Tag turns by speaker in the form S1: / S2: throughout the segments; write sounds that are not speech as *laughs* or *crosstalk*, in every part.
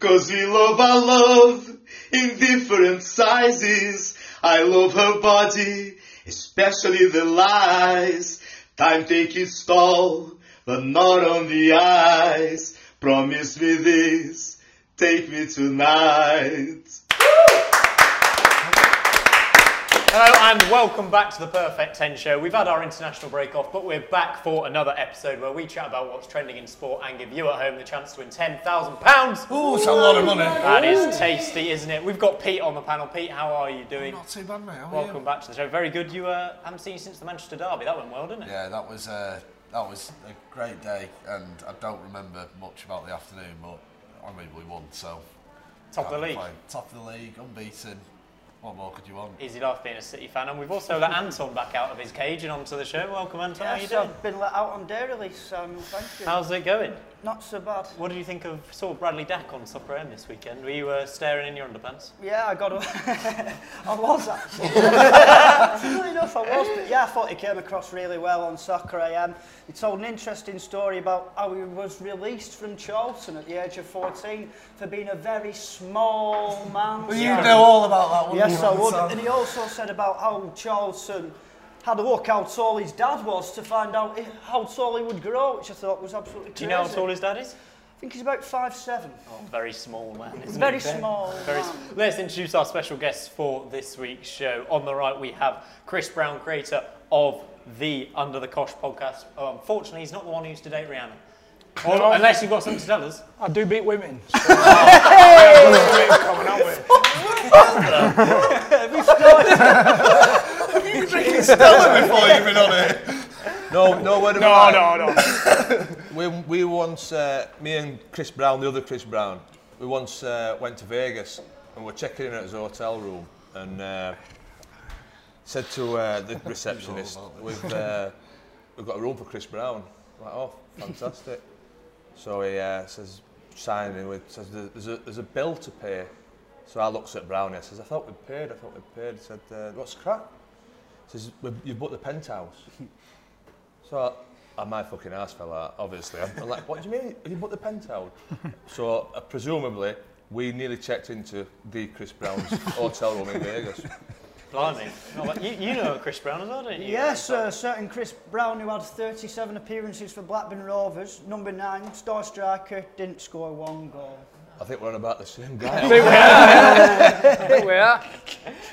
S1: Cause we love our love in different sizes. I love her body, especially the lies. Time take its toll, but not on the eyes. Promise me this, take me tonight.
S2: Hello and welcome back to the Perfect 10 show. We've had our international break off, but we're back for another episode where we chat about what's trending in sport and give you at home the chance to win £10,000.
S3: Ooh, it's a lot of money.
S2: That is tasty, isn't it? We've got Pete on the panel. Pete, how are you doing?
S3: Not too bad, mate. Oh, How are
S2: Welcome
S3: you?
S2: back to the show. Very good. You uh, haven't seen you since the Manchester Derby. That went well, didn't it?
S3: Yeah, that was uh, that was a great day, and I don't remember much about the afternoon, but I mean we won, so
S2: Top of the
S3: can't
S2: league.
S3: complain. Top of the league, unbeaten. What more could you want?
S2: Easy life being a City fan. And we've also let Anton back out of his cage and onto the show. Welcome, Anton. how are you
S4: Yes,
S2: doing?
S4: I've been let out on day release, um, thank you.
S2: How's it going?
S4: Not so bad.
S2: What did you think of saw Bradley Dack on Soccer M this weekend? Were you uh, staring in your underpants?
S4: Yeah, I got a... *laughs* I
S2: *laughs*
S4: was actually. Funnily enough, I was, but yeah, I thought he came across really well on Soccer AM. He told an interesting story about how he was released from Charlton at the age of 14 for being a very small man.
S3: Well, you know all about that one.
S4: Yes, I would. And he also said about how Charlton had a look how tall his dad was to find out i- how tall he would grow, which I thought was absolutely crazy.
S2: Do you know how tall his dad is? Oh,
S4: I think he's about five seven.
S2: Very small man. Isn't he?
S4: Very small.
S2: Very
S4: man.
S2: s- Let's introduce our special guests for this week's show. On the right, we have Chris Brown, creator of the Under the Cosh podcast. Oh, unfortunately, he's not the one who's to date Rihanna. Or, unless you've got something to tell us.
S5: I do beat women.
S3: before you've been on
S5: *laughs*
S3: it.
S6: No, no, we're
S5: No, no, no.
S6: *laughs* We, we once, uh, me and Chris Brown, the other Chris Brown, we once uh, went to Vegas and we're checking in at his hotel room and uh, said to uh, the receptionist, we've, uh, we've got a room for Chris Brown. I'm like, oh, fantastic. so he uh, says, signing with, says, "There- there's a, there's a bill to pay. So I looks at Brown and I says, I thought we'd paid, I thought we'd paid. He said, uh, what's crap? He says, "We've- you've booked the penthouse. So I, I my fucking ass fell out, obviously. I'm, I'm like, what do you mean? Have you put the *laughs* penthouse? so uh, presumably, we nearly checked into the Chris *laughs* Brown's hotel room in Vegas.
S2: Blimey. No, but you, you know Chris Brown as well, don't you?
S4: Yes, a certain Chris Brown who had 37 appearances for Blackburn Rovers, number nine, star striker, didn't score one goal.
S6: I think we're on about the same guy.
S5: Where?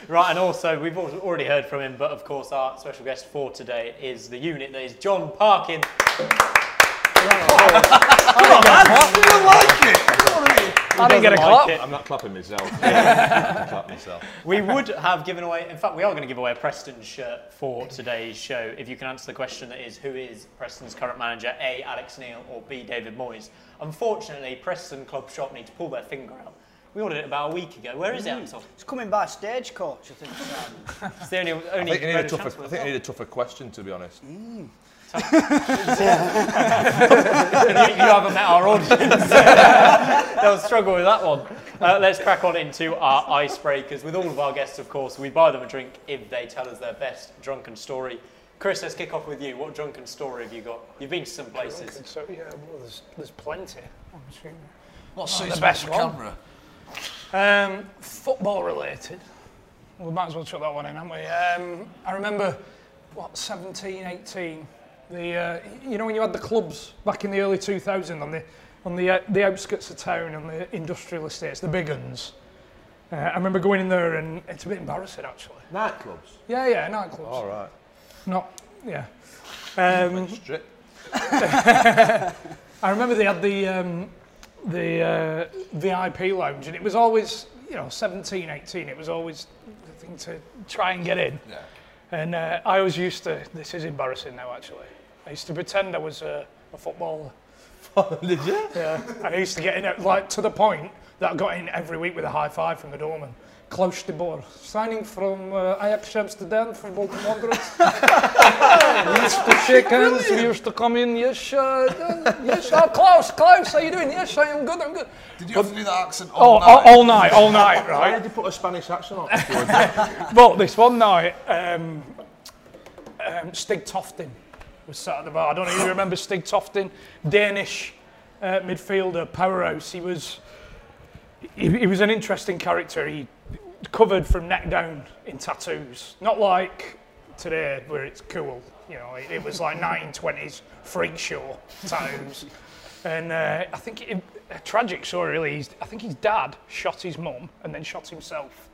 S2: Right, and also, we've al- already heard from him, but of course, our special guest for today is the unit that is John Parkin.
S5: I didn't get a
S2: Doesn't
S5: clap.
S2: it.
S6: I'm not clapping *laughs* myself. I'm clapping myself.
S2: We would have given away, in fact, we are going to give away a Preston shirt for today's show. If you can answer the question that is, who is Preston's current manager, A, Alex Neil, or B, David Moyes? Unfortunately, Preston Club Shop need to pull their finger out. We ordered it about a week ago. Where
S6: Mm.
S2: is it, Anton?
S4: It's coming by stagecoach, I think. Simon.
S2: It's the only,
S6: I
S2: only
S6: think you need
S2: road
S6: a
S2: of
S6: tougher.
S2: transport
S6: I
S2: as
S6: think you
S2: well.
S6: need a tougher question, to be honest.
S2: *laughs* you, you haven't met our audience. *laughs* They'll struggle with that one. Uh, let's crack on into our icebreakers. With all of our guests, of course, we buy them a drink if they tell us their best drunken story. Chris, let's kick off with you. What drunken story have you got? You've been to some places.
S5: So yeah, well, there's, there's plenty. I'm assuming.
S3: What suits
S5: the
S3: me
S5: best
S3: for
S5: one.
S3: Oh, camera?
S5: Um, football related. We might as well chuck that one in, haven't we? Um, I remember, what, 17, 18. The, uh, you know when you had the clubs back in the early 2000s on the, on the, uh, the outskirts of town, on the industrial estates, the big uns. Uh, I remember going in there and it's a bit embarrassing actually.
S6: Nightclubs. Oh.
S5: Yeah, yeah, nightclubs.
S6: All right.
S5: Not, yeah. Um,
S6: Strip.
S5: I remember they had the um, the uh, VIP lounge, and it was always you know 17, 18. It was always the thing to try and get in.
S3: Yeah.
S5: And uh, I always used to. This is embarrassing now, actually. I used to pretend I was a, a footballer.
S6: *laughs* Did you?
S5: Yeah. and I used to get in at, like to the point that I got in every week with a high five from the doorman. Klaus de Boer, signing from uh, Ajax Amsterdam for Bolton Wanderers. *laughs* Mr. Chickens, we used to come in, yes, uh, yes, oh, Klaus, Klaus, how you doing? Yes, I am good, I'm good.
S3: Did you have to do that accent
S5: Oh,
S3: all
S5: all,
S3: night?
S5: all night, all night,
S6: Why
S5: right?
S6: did you put a Spanish accent on?
S5: *laughs* Well, this one night, um, um, Stig Toftin was sat at the bar. I don't know if you remember Stig Toftin, Danish uh, midfielder, powerhouse. He was he, he was an interesting character. He covered from neck down in tattoos. Not like today where it's cool. You know, it, it was like 1920s freak show tattoos. And uh, I think it, a tragic story, really. He's, I think his dad shot his mum and then shot himself.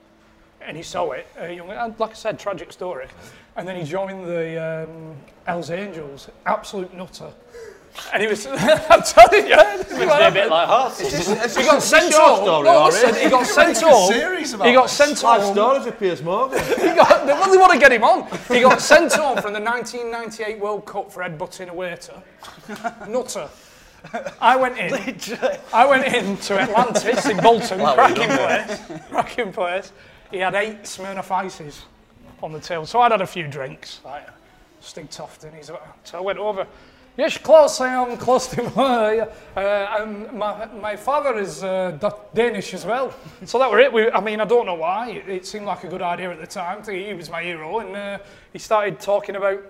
S5: And he saw it. Uh, young, and like I said, tragic story. And then he joined the um, Hells Angels. Absolute nutter. And he was, *laughs* I'm telling you, it's like-
S2: a bit like us.
S5: he got sent
S6: your
S5: home.
S6: story,
S5: no,
S6: Harry.
S5: listen, he got sent
S3: a
S5: home.
S3: series about
S5: oh. he got
S3: this.
S5: sent
S6: Five
S5: home.
S6: stories with Piers Morgan.
S5: He got, they really want to get him on. He got sent home from the 1998 World Cup for headbutting a waiter. Nutter. I went in. I went in to Atlantis in Bolton, cracking place, cracking place. He had eight Smirnoff ices on the table, so I'd had a few drinks. Like, Stig Tofton, he's uh, so I went over. Yes, close, I am close to my, uh, um, my, my father is uh, Da- Danish as well. So that were it. We, I mean, I don't know why. It, it seemed like a good idea at the time. He he was my hero, and uh, he started talking about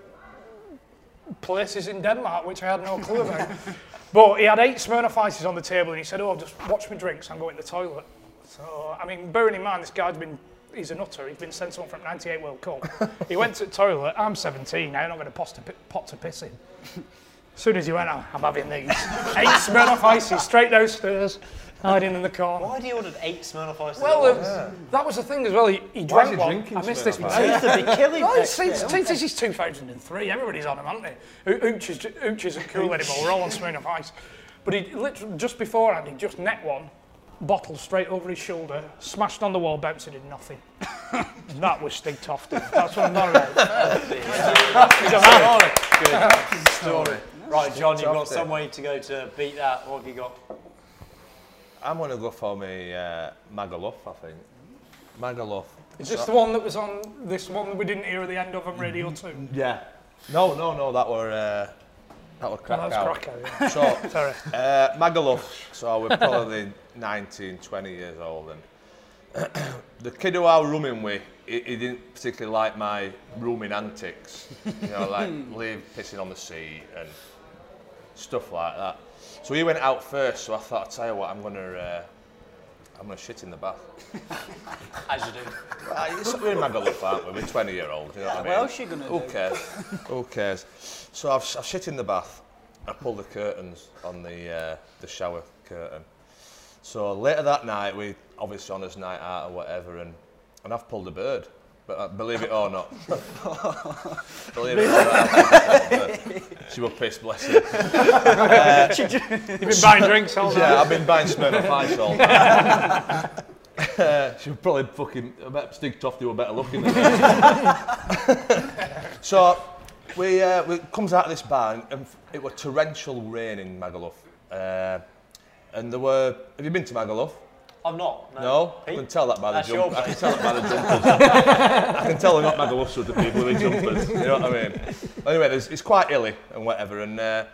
S5: places in Denmark, which I had no clue about. *laughs* but he had eight Smirnoff ices on the table, and he said, "Oh, I've just watch my drinks. I'm going to the toilet." So, I mean, bearing in mind this guy's been—he's a nutter. He's been sent home from '98
S6: *laughs*
S5: World Cup. he went to the toilet. I'm 17. I'm not going to pot to, pi- pot to piss in. As soon as he went, "Oh, I'm having
S6: *laughs*
S5: these eight Smirnoff ices straight downstairs, hiding in the corner.
S2: Why do you order eight Smirnoff ice?
S5: Well, it was-
S2: uh,
S5: that was the thing as well. He,
S6: Why
S5: he
S6: is
S5: drank
S6: he
S5: one.
S6: drinking
S5: I missed this
S6: Smirnoff
S5: myself.
S4: Used to be killing
S5: No,
S4: it.
S5: since, since this is 2003, everybody's on them, aren't they? O- Ooch, is, Ooch isn't cool anymore. We're all on Smirnoff Ice. But he literally, just beforehand, he just net one, bottle straight over his shoulder, smashed on the wall, bouncing in nothing. *laughs* that was Stig Tofton. That's what I'm not about. He's a man.
S2: oh, Good story. Right, John, you've got some way to go to beat that. What have you got?
S6: I'm going to go for me uh, Magaluf, I think. Magaluf.
S5: Is this the one that was on this one that we didn't hear at the end of on Radio 2?
S6: Yeah. No, no, no, that were, uh, that were
S5: That was
S6: Krakow.
S5: Krakow, yeah.
S6: So,
S5: Sorry.
S6: Uh, Magaluf, so we're probably 19, 20 years old. And *clears throat* the kid who I was rooming with, he, he didn't particularly like my rooming antics. You know, like leave pissing on the seat and stuff like that. So he went out first, so I thought, I'll tell you what, I'm going to uh, I'm gonna shit in the bath.
S2: As you do.
S6: Like, it's- we're in Magaluf, aren't we? We're 20 year old. You know what I
S4: What
S6: mean?
S4: else you gonna
S6: Who
S4: do?
S6: cares? Who cares? So I've, I've shit in the bath. I pulled the curtains on the uh, the shower curtain. So later that night, we obviously on this night out or whatever, and and I've pulled a bird. But uh, believe it or not, *laughs* believe it or not, I've pulled a bird. she was pissed, bless her.
S5: You've been buying drinks all night.
S6: Yeah, I've been buying Smirnoff Ice all night. *laughs* Uh, she was probably fucking. I bet Stig Tofty were better looking than her. so we, uh, we comes out of this bar and, and it was torrential rain in Magaluf. Uh, and there were. Have you been to Magaluf?
S2: I'm not.
S6: No, I
S2: Pete?
S6: can tell that by the
S2: That's your
S6: jump. I can tell that by the jumpers. I can tell they're not Magalufs with the
S2: *laughs*
S6: people with the jumpers. You know what I mean? Anyway, there's, it's quite illy and whatever. And uh,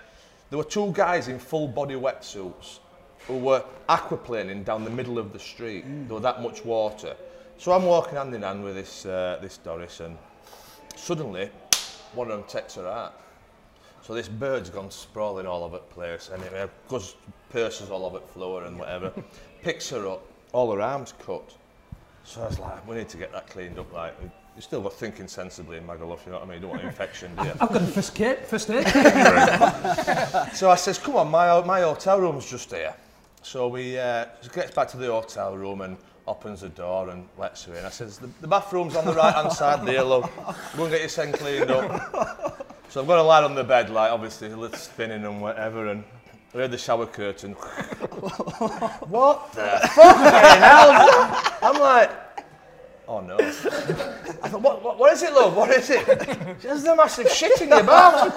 S6: there were two guys in full body wetsuits who were aquaplaning down the middle of the street.
S2: Mm.
S6: There was that much water. So I'm walking hand in hand with this uh, this Doris, and suddenly one of them takes her out. So this bird's gone sprawling all over the place, and it goes purses all over the floor
S2: *laughs*
S6: and whatever. Picks her up, all her arms cut. So I was like, we need to get that cleaned up. Like, you still got thinking sensibly in Magaluf, you know what I mean? You don't want an infection, do you?
S5: I've got a first kit, first aid.
S6: So I says, come on, my, my hotel room's just here. So we uh, she gets back to the hotel room and opens the door and lets her in. I says, the, the bathroom's on the right-hand side there, love. Go and get your sink cleaned up. So I'm going to lie on the bed, like, obviously, a little spinning and whatever, and I heard the shower curtain. *laughs* what the fucking hell? is that? I'm like, oh, no. I thought, what, what, what is it, love? What is it? She says, there's a massive shit in your bath.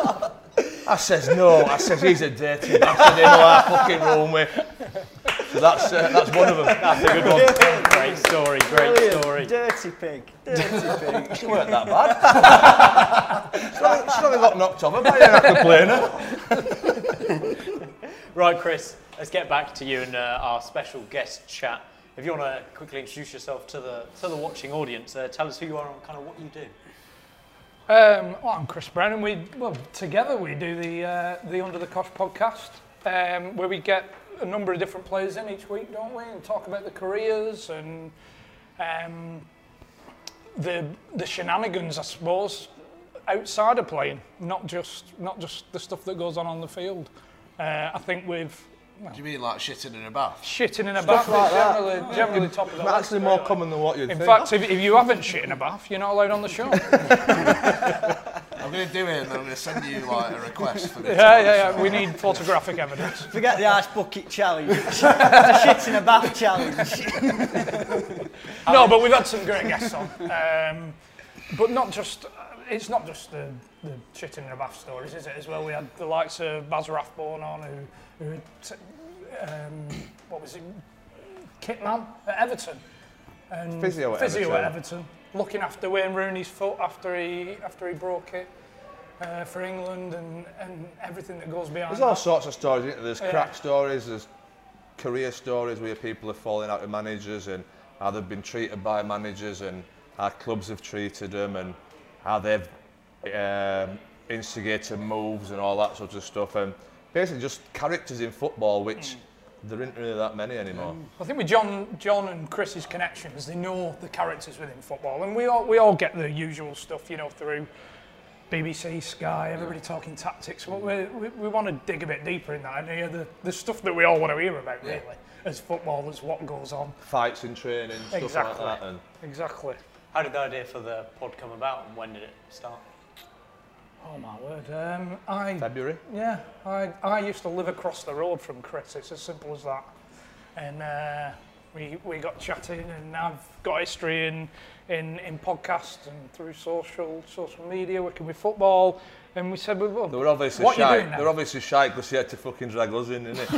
S6: I says no. I says he's a dirty bastard in our fucking room with. So that's uh, that's one of
S2: *laughs*
S6: them.
S2: That's a good one. Great story, great story.
S4: Dirty pig. Dirty pig.
S6: She weren't that bad. *laughs* she, only, she only got knocked over by an
S2: *laughs*
S6: complainer.
S2: Right, Chris, let's get back to you and uh, our special guest chat. If you want to quickly introduce yourself to the to the watching audience, uh, tell us who you are and kind of what you do.
S5: Um, well, I'm Chris Brown, and we well together we do the uh, the Under the Cosh podcast, um, where we get a number of different players in each week, don't we? And talk about the careers and um, the the shenanigans, I suppose, outside of playing, not just not just the stuff that goes on on the field. Uh, I think we've
S3: Do you mean like shitting in a bath?
S5: shitting in a bath
S6: like
S5: is
S6: that.
S5: generally, generally top of the list.
S6: Actually, more common than what you'd
S5: In
S6: think.
S5: fact, if, if you haven't shit in a bath, you're not allowed on the
S6: *laughs*
S5: show.
S3: I'm going to do it and then I'm going to send you like a request for this.
S5: *laughs* Yeah, yeah, yeah. We need photographic evidence.
S4: Forget the ice bucket challenge. it's a shit in a bath challenge.
S5: No, but we've had some great guests on. Um, but not just, uh, it's not just the, the shitting in a bath stories, is it? As well, we had the likes of Baz Rathbone on, who, who had t- um, what was it, Kitman at Everton. And
S6: Physio at
S5: physio
S6: Everton.
S5: at Everton. Looking after Wayne Rooney's foot after he, after he broke it. Uh, for England and, and everything that goes behind.
S6: There's
S5: that.
S6: all sorts of stories. Isn't there? There's
S5: Oh, Yeah.
S6: crack stories. There's career stories where people are falling out with managers and how they've been treated by managers and how clubs have treated them and how they've um, instigated moves and all that sort of stuff. And basically, just characters in football, which
S5: Hmm.
S6: there isn't really that many anymore.
S5: I think with John, John and Chris's connections, they know the characters within football, and we all we all get the usual stuff, you know, through BBC, Sky, everybody talking tactics. But we, we, we want to dig a bit deeper in that and hear the, the stuff that we all want to hear about, really, as footballers, what goes on.
S6: Fights in training, stuff
S5: Exactly.
S6: like that. And
S5: Exactly.
S2: How did the idea for the pod come about and when did it start?
S5: Oh my word. Um, I
S6: February.
S5: Yeah, I, I used to live across the road from Chris. It's as simple as that. And uh, we, we got chatting, and I've got history in, in, in podcasts and through social social media, working with football. And we said, well,
S6: They were obviously
S5: what
S6: shy.
S5: you doing now?
S6: They were obviously shy because he had to fucking drag us in, didn't he? *laughs*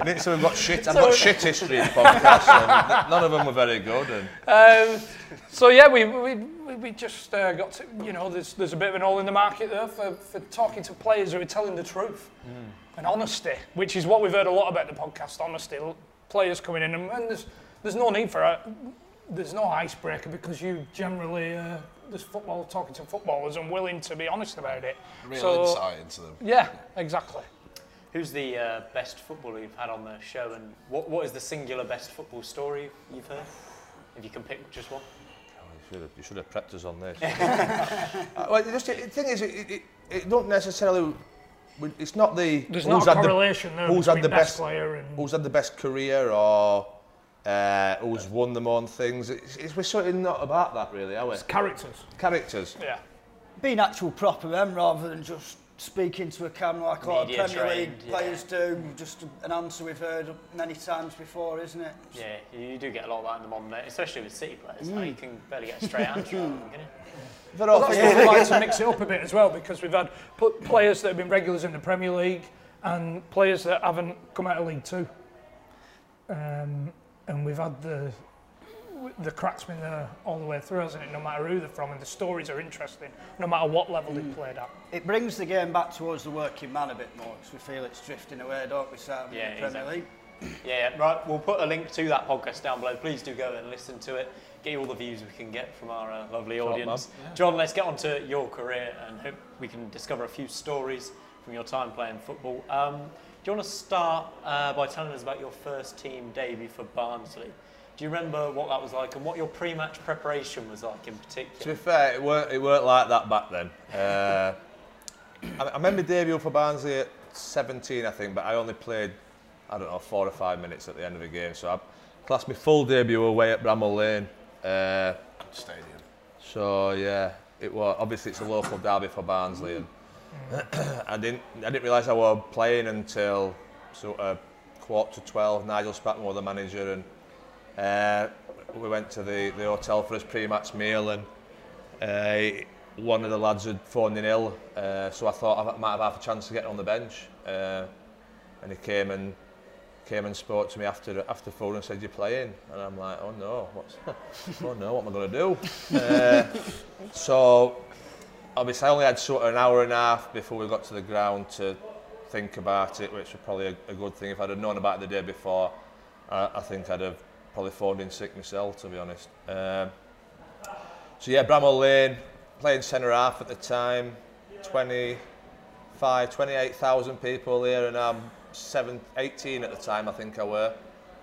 S6: and it's, so we've got shit. I've got shit history in podcasts. And th- none of them were very good. *laughs* And
S5: um, so yeah, we we, we, we just uh, got to you know there's there's a bit of an hole in the market there for, for talking to players who are telling the truth and honesty, which is what we've heard a lot about the podcast. Honesty, L- players coming in and, and there's there's no need for a there's no icebreaker because you generally uh, there's football talking to footballers and willing to be honest about it.
S3: *laughs* Real
S5: So-
S3: insight into them.
S5: Yeah, exactly.
S2: Who's the uh, best footballer you've had on the show and what, what is the singular best football story you've heard? If you can pick just one.
S6: you should have, you should have prepped us on this. Uh, *laughs* well, just, the thing is, it, it, it, it don't necessarily. we- It's not the
S5: There's
S6: who's
S5: not a
S6: had the-
S5: correlation there
S6: who's had
S5: between
S6: the
S5: best,
S6: best-
S5: player and
S6: who's had the best career or uh, who's won them on things. It's, it's, we're sort of not about that really, are we?
S5: characters.
S6: Characters.
S5: Yeah.
S4: Being actual proper them rather than just speaking to a camera like a lot of
S2: Media
S4: Premier
S2: trained,
S4: League
S2: yeah.
S4: players do. Just an answer we've heard many times before, isn't it?
S2: Yeah, you do get a lot of that in the modern day, especially with City players. Like, you can barely get a straight answer out of them, can you?
S6: They're all
S5: Well, that's why we like *laughs* to mix it up a bit as well because we've had pl- players that have been regulars in the Premier League and players that haven't come out of League Two. Um, and we've had the the cracksmen there all the way through, hasn't it? No matter who they're from, and the stories are interesting, no matter what level
S6: Mm.
S5: they played at.
S4: It brings the game back towards the working man a bit more because we feel it's drifting away, don't we, Sam?
S2: Yeah,
S4: in the Premier
S2: exactly.
S4: League.
S2: Yeah, yeah, right. We'll put a link to that podcast down below. Please do go and listen to it. Get all the views we can get from our uh, lovely audience. John, let's get on to your career and hope we can discover a few stories from your time playing football. Um, do you want to start uh, by telling us about your first team debut for Barnsley? Do you remember what that was like and what your pre-match preparation was like in
S6: To be
S2: particular?
S6: fair, it weren't, it weren't like that back then. Uh, I, I remember debut for Barnsley at 17, I think, but I only played, I don't know, four or five minutes at the end of the game. So I classed my full debut away at Bramall Lane. Uh,
S3: Stadium.
S6: so yeah, it was obviously it's a local derby for Barnsley, and *clears throat* I didn't I didn't realise I was playing until sort of quarter to twelve. Nigel Spratton was the manager, and uh, we went to the, the hotel for his pre-match meal, and uh, one of the lads had phoned in ill, uh, so I thought I might have half a chance to get on the bench, uh, and he came and came and spoke to me after after four and said you're playing, and I'm like oh no, what's *laughs* oh no, what am I gonna do? So, obviously, I only had sort of an hour and a half before we got to the ground to think about it, which was probably a, a good thing. If I'd have known about it the day before, I, I think I'd have probably phoned in sick myself, to be honest. Um, so, yeah, Bramall Lane, playing centre half at the time, 25, 28,000 people there, and I'm seven, 18 at the time, I think I were.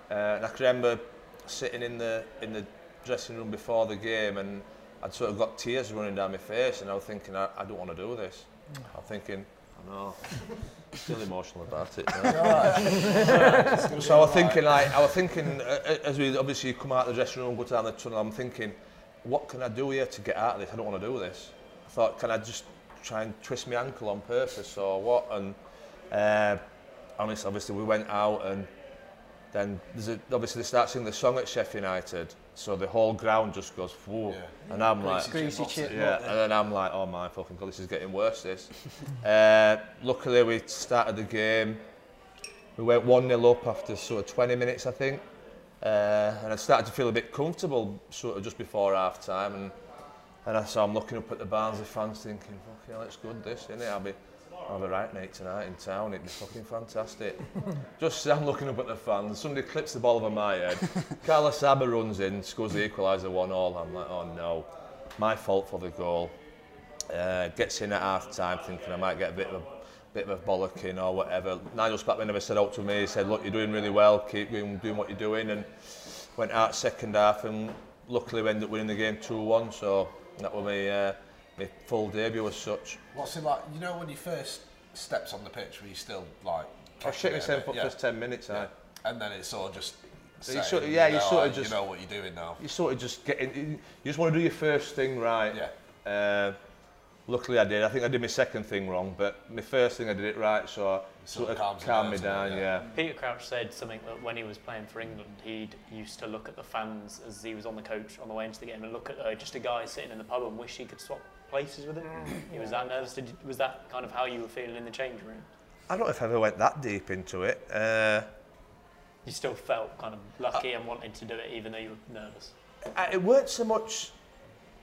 S6: Uh, and I can remember sitting in the in the dressing room before the game, and I'd sort of got tears running down my face, and I was thinking, I, I don't want to do this. I'm thinking, I know, still emotional about it. now. So I was thinking, like, I was thinking, uh, as we obviously come out of the dressing room, go down the tunnel, I'm thinking, what can I do here to get out of this? I don't want to do this. I thought, can I just try and twist my ankle on purpose or what? And uh, honestly, obviously, we went out and then there's a, obviously they start singing the song at Sheffield United, so the whole ground just goes, whoa. And I'm like,
S4: Greasy chip.
S6: yeah, and then I'm like, oh my fucking god, this is getting worse. This. uh, luckily, we started the game. We went one 0 up after sort of 20 minutes, I think, uh, and I started to feel a bit comfortable sort of just before half time, and and I saw I'm looking up at the Barnsley fans, thinking, fucking hell, it's good this, isn't it? I'll be. I'll be right mate tonight in town, it'd be fucking fantastic. Just I'm looking up at the fans, somebody clips the ball over my head. Carlos Saba runs in, scores the equaliser one all. I'm like, oh no my fault for the goal. Uh, gets in at half time thinking I might get a bit of a bit of a bollocking or whatever. Nigel Spackman never said out to me, he said, Look, you're doing really well, keep doing, doing what you're doing and went out second half and luckily we ended up winning the game 2-1 so that was my, uh, my full debut as such.
S3: What's it like? You know when you first steps on the pitch, were you still like?
S6: I Oh,
S3: kicking it
S6: shit
S3: a
S6: myself
S3: bit?
S6: up first 10 minutes. I,
S3: And then it's all just.
S6: you
S3: setting,
S6: sort of- yeah, you
S3: know,
S6: sort of
S3: like,
S6: just-
S3: You know what you're doing now.
S6: you sort of just get in, you just want to do your first thing right.
S3: Yeah.
S6: Uh, luckily I did. I think I did my second thing wrong, but my first thing I did it right, so it
S3: Sort
S6: sort
S3: of
S6: of
S3: calms
S6: calmed
S3: you
S6: me
S3: down,
S6: down,
S3: yeah.
S6: yeah.
S2: Peter Crouch said something that when he was playing for England, he'd used to look at the fans as he was on the coach on the way into the game and look at uh, just a guy sitting in the pub and wish he could swap places with him.
S4: Mm.
S2: he was that nervous. Did, was that kind of how you were feeling in the change room?
S6: I don't know if I ever went that deep into it. Uh,
S2: You still felt kind of lucky and wanted to do it even though you were nervous.
S6: I- it weren't so much.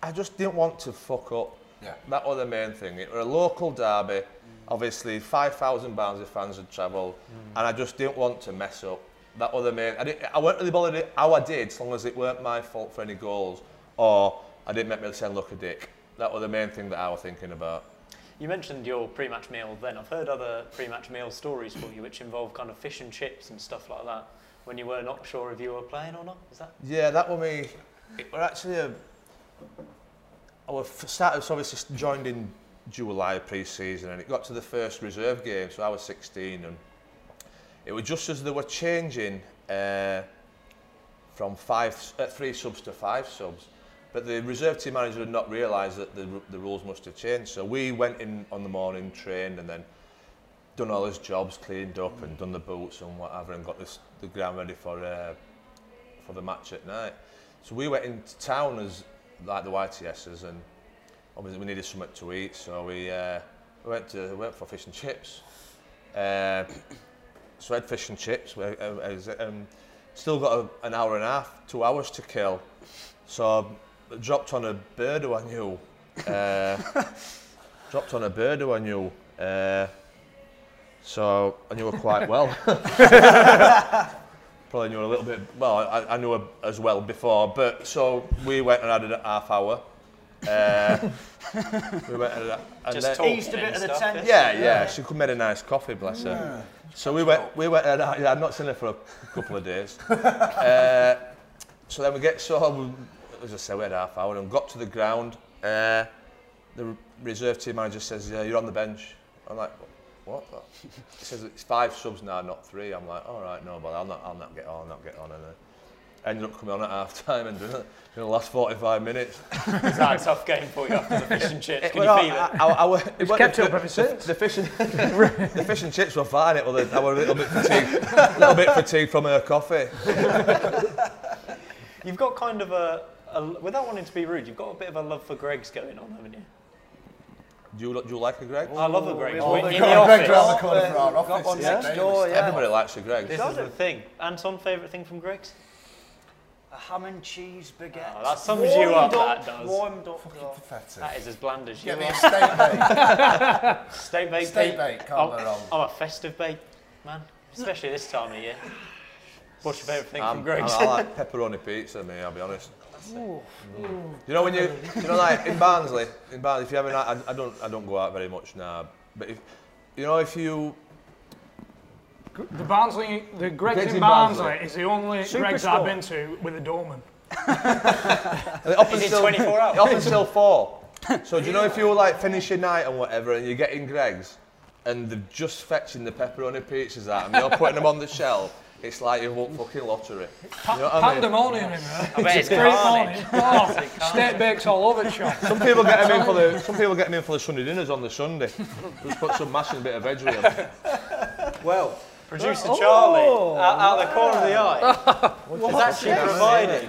S6: I just didn't want to fuck up.
S3: Yeah.
S6: That was the main thing. It were a local derby. Obviously, five thousand Barnsley fans had travelled, and I just didn't want to mess up. That was the main. I, didn't, I weren't really bothered it- how I did, as long as it weren't my fault for any goals, or I didn't make myself look a dick. That was the main thing that I was thinking about.
S2: You mentioned your pre-match meal then. I've heard other pre-match meal stories for you which involve kind of fish and chips and stuff like that when you were not sure if you were playing or not. Is that
S6: Yeah, that were me. It were actually um, a. I was started so obviously joined in July pre-season, and it got to the first reserve game. So I was 16, and it was just as they were changing uh, from five uh, three subs to five subs. But the reserve team manager had not realised that the, ru- the rules must have changed. So we went in on the morning, trained, and then done all his jobs, cleaned up, and done the boots and whatever, and got this, the ground ready for uh, for the match at night. So we went into town as like the YTSs, and obviously we needed something to eat, so we, uh, we went to we went for fish and chips. Uh, so I had fish and chips. we- uh, I was, um, still got a, an hour and a half, two hours to kill. So I dropped on a bird who I knew. Uh, dropped on a bird who I knew. Uh, so I knew her quite well. probably knew her a little bit. Well, I, I knew her as well before, but so we went and had a half hour. Uh, we went and, had a- and
S2: just
S6: then-
S2: talking
S4: Eased a bit
S2: and
S4: of the
S2: stuff,
S4: tension.
S6: yeah, yeah. She could made a nice coffee, bless her. So we went, we went. Uh, yeah, I'd not seen her for a couple of days. uh, so then we get so we- as I said, we had half hour and got to the ground. Uh, the reserve team manager says, "Yeah, you're on the bench." I'm like, "What?" what? He says, "It's five subs now, not three. I'm like, "All right, no, but I'll not, I'll not get on, I'll not get on." And uh, ended up coming on at half time and doing it in the last 45 minutes.
S2: Is that a tough game for you after the fish and chips?
S6: *laughs* It
S2: Can
S6: were
S2: you
S6: all-
S2: feel it?
S6: I, I, I, were- it weren't
S5: kept
S6: the,
S5: up ever since.
S6: The, the, fish and, the fish and chips were fine. It was, I were a little bit fatigued, a little bit fatigued from her coffee.
S2: You've got kind of a, a, without wanting to be rude, you've got a bit of a love for Greg's going on, haven't you?
S6: Do you, do you like a Greg?
S2: I love a Greg's.
S4: all
S2: We're
S4: the
S2: in the office.
S4: Greg-
S3: Round the corner from our office.
S4: one
S3: yeah.
S4: next
S3: Davis.
S4: door, yeah.
S6: Everybody likes a Greg.
S2: This is the thing. Anton, favourite thing from Greg's?
S4: A ham and cheese baguette.
S2: Oh, that sums you up,
S4: Warmed
S2: that does.
S4: Warmed up, though.
S3: Pathetic.
S2: That is as bland as you
S3: Get me
S2: are.
S3: a steak bake.
S2: Steak bake.
S3: steak
S2: Pete.
S3: bake, can't
S2: I'm,
S3: go wrong.
S2: I'm a festive bake, man. Especially this time of year. What's your favourite thing
S6: I'm-
S2: from Greg's?
S6: I, I like pepperoni pizza, me. I'll be honest. You know when you, you know, like in Barnsley, in Barnsley, if you haven't, I, I don't, I don't go out very much now. But if, you know, if you,
S5: The Barnsley, the Greg's,
S6: Greggs
S5: in
S6: in
S5: Barnsley,
S6: Barnsley.
S5: is the only
S4: Super
S5: Greg's
S4: store.
S5: I've been to with a doorman.
S6: And it often
S2: Is it
S6: still,
S2: 24 hours?
S6: It often still four. So do you know if you like finish your night and whatever, and you're getting Greg's, and they're just fetching the pepperoni pizzas out, and you're putting them on the shelf. It's like you've won fucking lottery.
S5: Pa-
S6: know what I mean?
S5: pandemonium in there.
S2: I bet it's
S5: Great
S2: carnage.
S5: morning.
S2: Absolute carnage.
S5: Steak bakes all over the shop.
S6: Some people get them in for the some people get them in for the Sunday dinners on the Sunday. Just put some mash and a bit of veggie on.
S1: Well,
S2: Producer
S4: Oh.
S2: Charlie, out, out the corner of the eye, *laughs* has actually provided
S4: *laughs*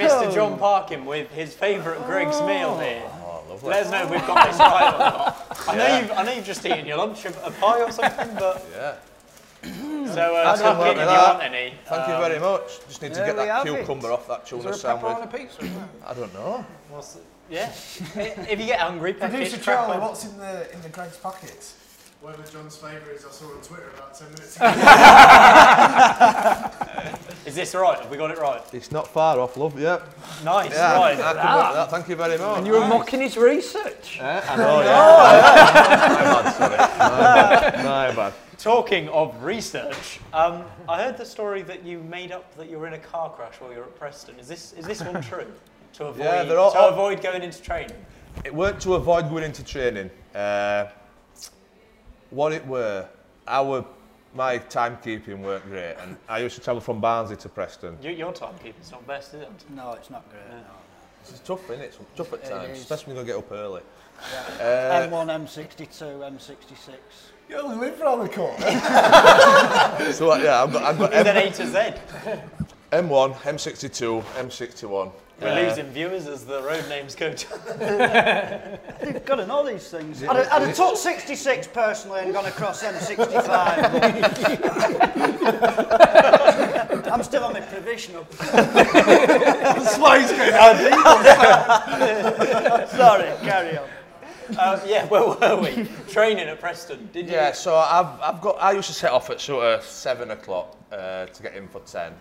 S2: Mr. John Parkin with his favourite Greg's meal here.
S6: Oh,
S2: Let us know if we've got this right or not. I, know you've, I know you've just eaten your lunch, a a pie or something,
S6: *laughs*
S2: but.
S6: Yeah.
S2: So, uh,
S6: That's
S2: Tom
S6: all right
S2: Gideon,
S6: with
S2: you
S6: that.
S2: want any?
S6: Thank you
S5: um,
S6: very much. Just need to
S4: there
S6: get
S4: we
S6: that
S4: have it.
S6: cucumber off that tuna
S5: Is there a
S6: sandwich.
S5: pepperoni pizza?
S6: I don't know.
S2: What's the-
S6: *laughs*
S2: yeah. if you get hungry, pack
S7: Producer
S2: it, crack
S7: Charlie,
S2: on.
S7: what's in the in the Greg's pocket?
S8: Whatever John's favourite is, I saw on Twitter about 10 minutes ago.
S2: Is this right? Have we got it right?
S6: It's not far off, love. Yep.
S2: Nice,
S6: Yeah. I
S2: right.
S6: can work with that. Thank you very much.
S5: You were mocking his research.
S6: Eh, I know, *laughs* yeah. My bad, sorry. My bad. My bad.
S2: Talking of research, um, I heard the story that you made up that you were in a car crash while you were at Preston. Is this is this
S6: *laughs*
S2: one true? To avoid
S6: Yeah, they're all-
S2: to
S6: all-
S2: avoid going into training.
S6: It weren't to avoid going into training. Uh, what it were, our my timekeeping weren't great, and I used to travel from Barnsley to Preston.
S2: Your, your timekeeping's not best, is it?
S4: No, it's not great. No.
S6: It's tough, isn't it? It's tough at times,
S4: is.
S6: especially when you get up early.
S5: Uh,
S4: M1, M62, M66.
S7: You only live around the corner.
S6: So uh, yeah, I've got, I've got
S2: Is that
S6: M-
S2: A to Z?
S6: M1, M62, M61.
S2: We're losing viewers as the road names go down.
S4: You've got to know these things. I'd, I'd have took 66 personally and gone across M65. *laughs* I'm still on my provisional. *laughs* Sorry, carry on.
S2: Um, yeah, where were we? *laughs* Training at Preston. Did you?
S6: Yeah, so I've, I've got. I used to set off at sort of seven o'clock uh, to get in for ten,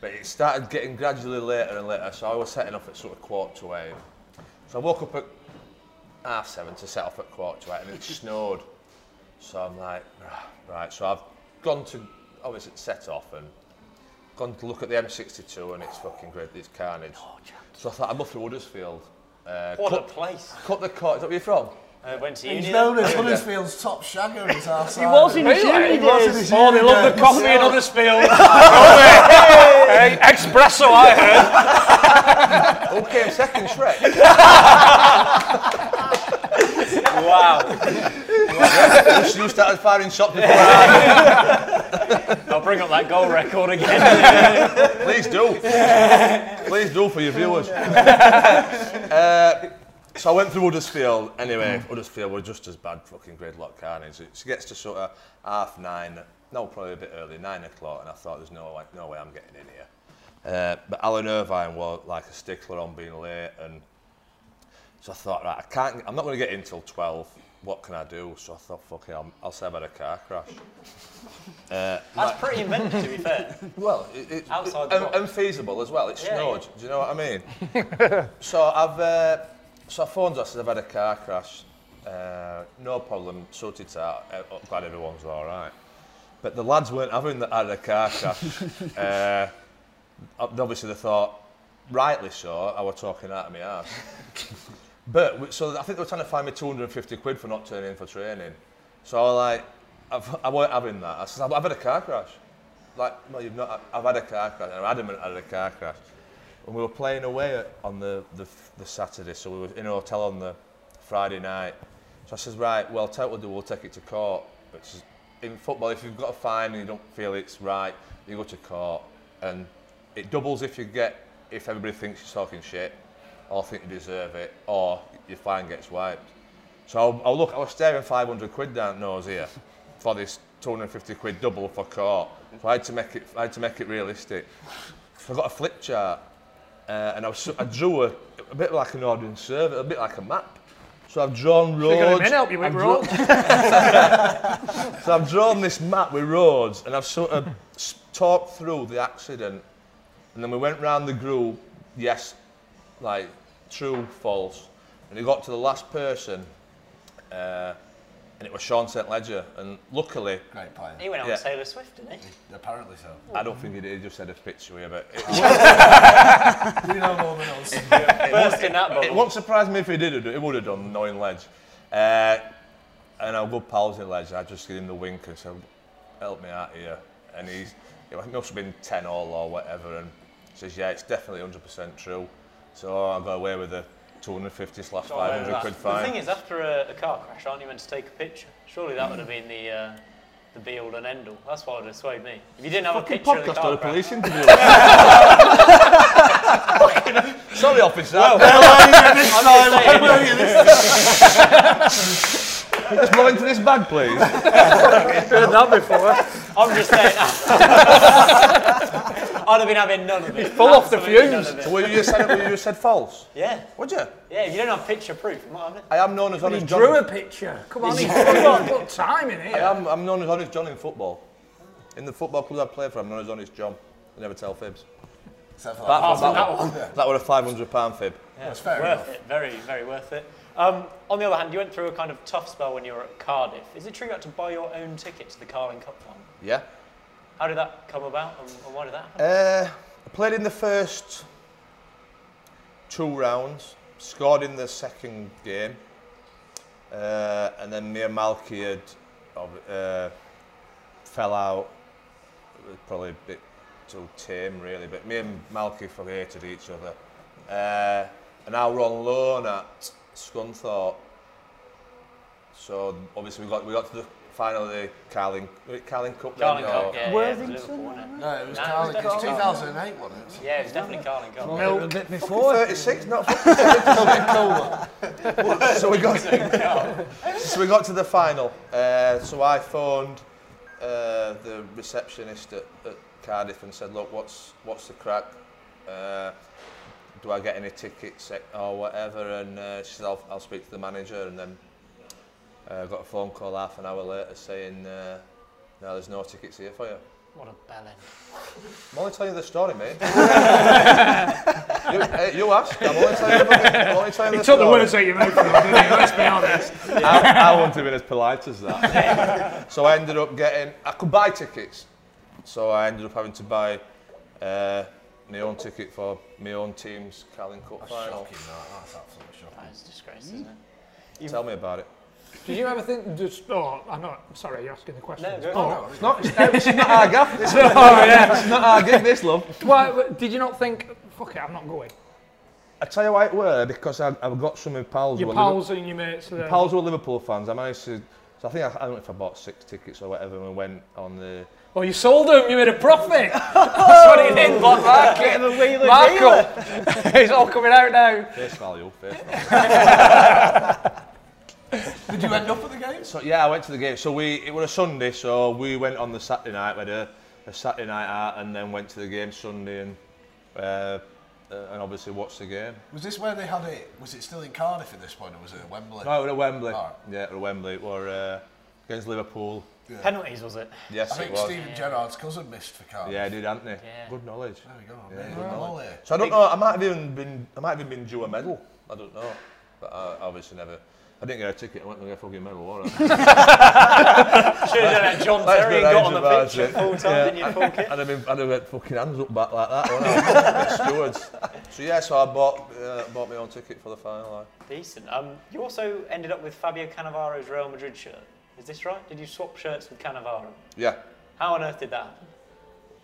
S6: but it started getting gradually later and later. So I was setting off at sort of quarter to eight. So I woke up at half seven to set off at quarter to eight, and it snowed. So I'm like, "Rah, right. So I've gone to obviously set off and gone to look at the M62, and it's fucking great. It's carnage. So I thought I'm off to Huddersfield. Uh,
S2: What a
S6: cut,
S2: place.
S6: cut the cord. Is that where you're from?
S2: I went to
S7: He's
S2: uni.
S7: known as
S2: there.
S7: Huddersfield's top shagger. He's our
S4: He was in his uni
S5: Really? He
S4: days.
S7: Oh, they love the
S5: Coffee in Huddersfield. *laughs* hey, espresso, I heard.
S6: Okay, second Shrek.
S2: Wow.
S6: *laughs* you started firing shots before I
S2: I'll bring up that goal record again.
S6: Please do. Please do for your viewers. uh, so I went through Huddersfield. Anyway, Huddersfield were just as bad fucking gridlock carnage. It gets to sort of half nine, no, probably a bit early, nine o'clock, and I thought there's no way, no way I'm getting in here. Uh, but Alan Irvine was like a stickler on being late, and so I thought, right, I can't, I'm not going to get in till 12. What can I do? So I thought, fuck it, I'll, I'll say I've had a car crash.
S2: That's pretty inventive, to be fair.
S6: Well, it, it's
S2: Outside the
S6: un-
S2: box.
S6: unfeasible as well. It
S2: Yeah,
S6: snowed.
S2: yeah.
S6: Do you know what I mean?
S2: *laughs*
S6: so I've uh, so I phoned us. I've had a car crash. Uh, no problem. Sorted it out. Uh, I'm glad everyone's all right. But the lads weren't having that. Had a
S2: *laughs*
S6: car crash. uh, ob- obviously, they thought, rightly so. I was talking out of my ass. But we- so I think they were trying to find me 250 quid for not turning in for training. So I was like, I've, I weren't having that. I said, I've, I've had a car crash. Like, no, you've not. I've had a car crash. And I'm adamant I had a car crash. And we were playing away at- on the, the, f- the Saturday, so we were in a hotel on the Friday night. So I says, right, well, tell what we do, we'll take it to court. Which is, in football, if you've got a fine and you don't feel it's right, you go to court. And it doubles if you get, if everybody thinks you're talking shit, or think you deserve it, or your fine gets wiped. So I'll, I'll look, I was staring 500 quid down the nose here for this 250 quid double for court. So I had to make it, I had to make it realistic. So I got a flip chart uh, and I, was, I drew a, a bit like an ordnance survey, a bit like a map. So I've drawn roads.
S5: They're going to help you with
S6: I've drawn-
S5: roads.
S6: so I've drawn this map with roads and I've sort of s- talked through the accident. And then we went round the group, yes, like true, false. And it got to the last person uh, and it was Sean St Ledger. And luckily,
S3: Great player.
S2: He went on
S6: Yeah.
S2: to Taylor Swift, didn't he?
S3: Apparently so.
S6: I don't think he did, he just said a picture here, but it,
S7: We know more than us.
S2: Burst in that
S6: it
S2: bubble.
S6: won't surprise me if he did, it would have done, knowing Ledge. Uh, and our good pals in Ledge, I just give him the wink and said, help me out here. And he's, it must have been 10 all or whatever, and says, yeah, it's definitely 100% true. So I got away with the 250 slash 500 quid
S2: The
S6: fine.
S2: thing is, after a, a car crash, aren't you meant to take a picture? Surely that would have been the uh, the be all and end all. That's what would have swayed me. If you didn't have a
S6: Fucking
S2: picture of the
S6: podcast or
S2: car
S6: a
S2: crash,
S6: police interview.
S2: *laughs*
S6: Fucking- Sorry, officer.
S2: I'm just saying,
S6: Let's blow into this bag, please.
S2: I'm just saying. *laughs* I'd have been having none of it.
S5: Full off the
S2: Absolutely none
S5: fumes.
S2: of it.
S6: So what you just said, what you just said false.
S2: Yeah,
S6: Would you?
S2: yeah. If you don't have picture proof, you might have it.
S6: I am known as
S5: He
S6: honest John.
S5: drew a picture. Come on, he's got put time in
S6: I
S5: here.
S6: am, I'm known as honest John in football. In the football clubs I play for, I'm known as honest John. I never tell fibs.
S7: Except for
S6: Apart
S7: that.
S6: from that one. That were a 500 pound fib.
S7: That's fair
S2: Worth
S7: enough.
S2: it, very, very worth it. Um, on the other hand, you went through a kind of tough spell when you were at Cardiff. Is it true you had to buy your own ticket to the Carling Cup final?
S6: Yeah.
S2: How did that come about, and, and why did that happen?
S6: Uh, I played in the first two rounds, scored in the second game, uh, and then me and Malky had ob- uh, fell out. It was probably a bit too tame, really, but me and Malky fucking hated each other. Uh, and now we're on loan at Scunthorpe. So obviously we got we got to the final of the Carling was it Carling Cup.
S2: Carling
S6: then,
S2: Cup,
S6: or-
S2: yeah.
S4: Worthington,
S2: Yeah, it was Liverpool, wasn't
S7: No, it was
S2: No, it
S7: Carl-
S2: was
S7: it was 2008, wasn't it?
S2: it? Yeah, it was definitely Carling Cup.
S5: Milk bit before.
S6: 36, not *laughs* fucking 36. *laughs* so we got
S5: *laughs*
S6: so we got to the final. Uh, so I phoned uh, the receptionist at, at Cardiff and said, "Look, what's what's the crack? Uh, do I get any tickets eh, or whatever?" And uh, she said, I'll, "I'll speak to the manager." And then uh, got a phone call half an hour later saying, uh, "No, there's no tickets here for you."
S2: What a bellend.
S6: I'm only telling you the story, mate. *laughs* you, eh, you asked. I'm only telling you the, I'm only telling
S5: He
S6: you the
S5: took the
S6: story.
S5: words out your mouth, though, didn't *laughs* he? Let's be honest.
S6: I, I wouldn't have been as polite as that. *laughs* so I ended up getting, I could buy tickets. So I ended up having to buy uh, my own ticket for my own team's Carling Cup final.
S7: Shocking, that. That's absolutely shocking.
S2: That is disgrace, isn't it?
S6: Tell me about it.
S5: Did you ever think? Just, oh, I'm not. Sorry, you're asking the question.
S2: No, go
S5: Oh,
S2: on.
S5: it's
S6: Not, it's not
S5: *laughs*
S6: our gaff. It's not,
S5: Oh, yeah.
S6: it's not our gig, this, love.
S5: Why, wh- did you not think? Fuck it, I'm not going.
S6: I tell you why it were, because I, I've got some of my pals. who
S5: Your
S6: are Liver-
S5: pals and your mates. Are there.
S6: pals were Liverpool fans. I managed to, so I think I, I don't know if I bought six tickets or whatever and we went on the,
S5: Well, Oh, you sold them. You made a profit.
S7: *laughs*
S5: That's what it did. Black
S7: Oh.
S5: market. Markup. *laughs* it's all coming out now.
S6: Face value, face value.
S7: Did you end up at the games?
S6: So yeah, I went to the game. So we it was a Sunday, so we went on the Saturday night. We had a, a Saturday night out, and then went to the game Sunday, and uh, uh, and obviously watched the *laughs* game.
S7: Was this where they had it? Was it still in Cardiff at this point, or was it at Wembley?
S6: No, it was at Wembley.
S7: Alright.
S6: Yeah, it was at Wembley. It were uh, against Liverpool.
S2: Penalties, was it?
S6: Yes,
S7: I
S6: it
S7: think
S6: was.
S7: Stephen Gerrard's cousin missed for Cardiff.
S6: Yeah, I did, Anthony.
S2: Yeah.
S6: Good knowledge.
S7: There we go. mate. Good knowledge.
S6: So I don't know. I might have even been. I might have even been due a medal. I don't know, but I obviously never. I didn't get a ticket. I went to get a fucking medal, were I?
S2: Should have done that John
S6: That's
S2: Terry and
S6: good
S2: got on the
S6: range
S2: pitch
S6: of
S2: at
S6: ours,
S2: full time,
S6: yeah.
S2: didn't you, full kit?
S6: I'd have been, I'd have had fucking hands up back like that. *laughs* Wouldn't I? Stewards. So yeah, so I bought uh, bought my own ticket for the final.
S2: *laughs* Decent. Um, you also ended up with Fabio Cannavaro's Real Madrid shirt. Is this right? Did you swap shirts with Cannavaro?
S6: Yeah.
S2: How on earth did that happen?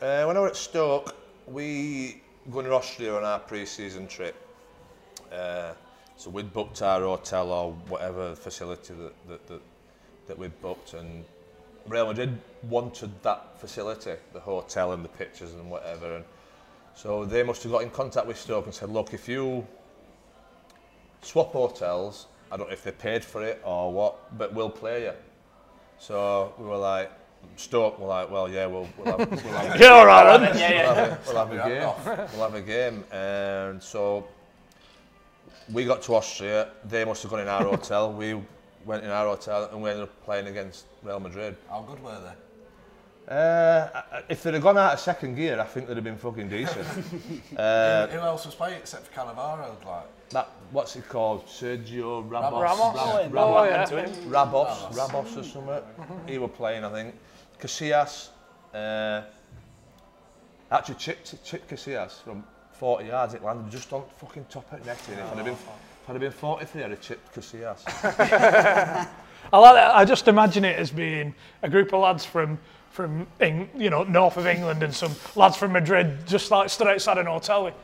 S6: Uh, when I was at Stoke, we going to Austria on our pre-season trip. Uh, so we'd booked our hotel or whatever facility that that, that, that we'd booked, and Real Madrid wanted that facility, the hotel and the pictures and whatever. And so they must have got in contact with Stoke and said, "Look, if you swap hotels, I don't know if they paid for it or what, but we'll play you." So we were like, Stoke were like, "Well, yeah, we'll, we'll have, we'll have
S5: Yeah, all right.
S2: Yeah, Oh, yeah.
S6: we'll *laughs* have a, we'll have a game. We'll have a game. And so we got to Austria. They must have gone in our hotel. We went in our hotel and we ended up playing against Real Madrid.
S7: How good were they?
S6: Uh, I- I- if they'd have gone out of second gear, I think they'd have been fucking decent. uh,
S7: Who else was playing except for Cannavaro? Like,
S6: *laughs*
S7: *laughs*
S6: that, what's it called? Sergio Ramos.
S5: Ramos.
S6: Rab-
S5: Oh,
S6: Rab-
S5: yeah.
S6: Rabos, Rabos or something. He were playing, I think. Casillas, uh, actually chipped, chipped Casillas from 40 yards. It landed just on fucking top of net. And if I'd have been, if I'd have been 43, I'd have chipped Casillas.
S5: I, like that. I just imagine it as being a group of lads from from Eng, you know north of England and some lads from Madrid just like stood outside an hotel. With,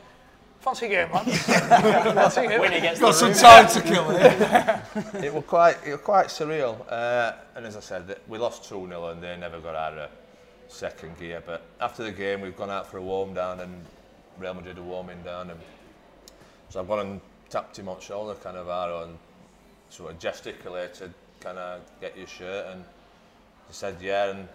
S5: Fancy game, man. Fancy game.
S2: When he gets the
S7: *laughs*
S2: room,
S7: time to kill it.
S6: it was quite, it was quite surreal. Uh, and as I said, that we lost 2 0 and they never got out of second gear. But after the game, we've gone out for a warm down and Real Madrid are warming down. And so I've gone and tapped him on the shoulder, Cannavaro, and sort of gesticulated, can I get your shirt? And he said, yeah. And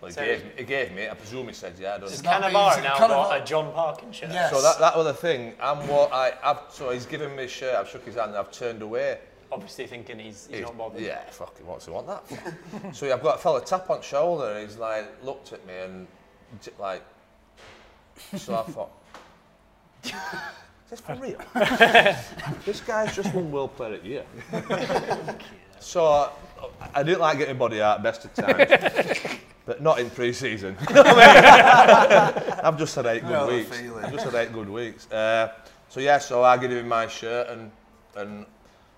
S6: well, he,
S2: So-
S6: gave, he gave me, it. I presume he said, yeah. I don't
S2: Does
S6: know.
S7: That
S2: Cannavaro
S7: means
S2: now
S7: Cannavaro-
S2: got a John Parkin shirt?
S7: Yes.
S6: So that, that was the thing. I'm what I, I've, so he's given me his shirt, I've shook his hand, and I've turned away.
S2: Obviously thinking he's, he's not bothered.
S6: Yeah, fucking what's he want that for? *laughs* so I've got a fella tap on shoulder and he's like looked at me and j- like so I thought *laughs* Is this for real? this guy's just won World Player of the Year. so I, I didn't like getting body out best of times. But not in pre-season. You know what I mean? I've just had eight good
S7: know the
S6: weeks.
S7: feeling.
S6: I've just had eight good weeks. Uh, so yeah, so I give him my shirt and and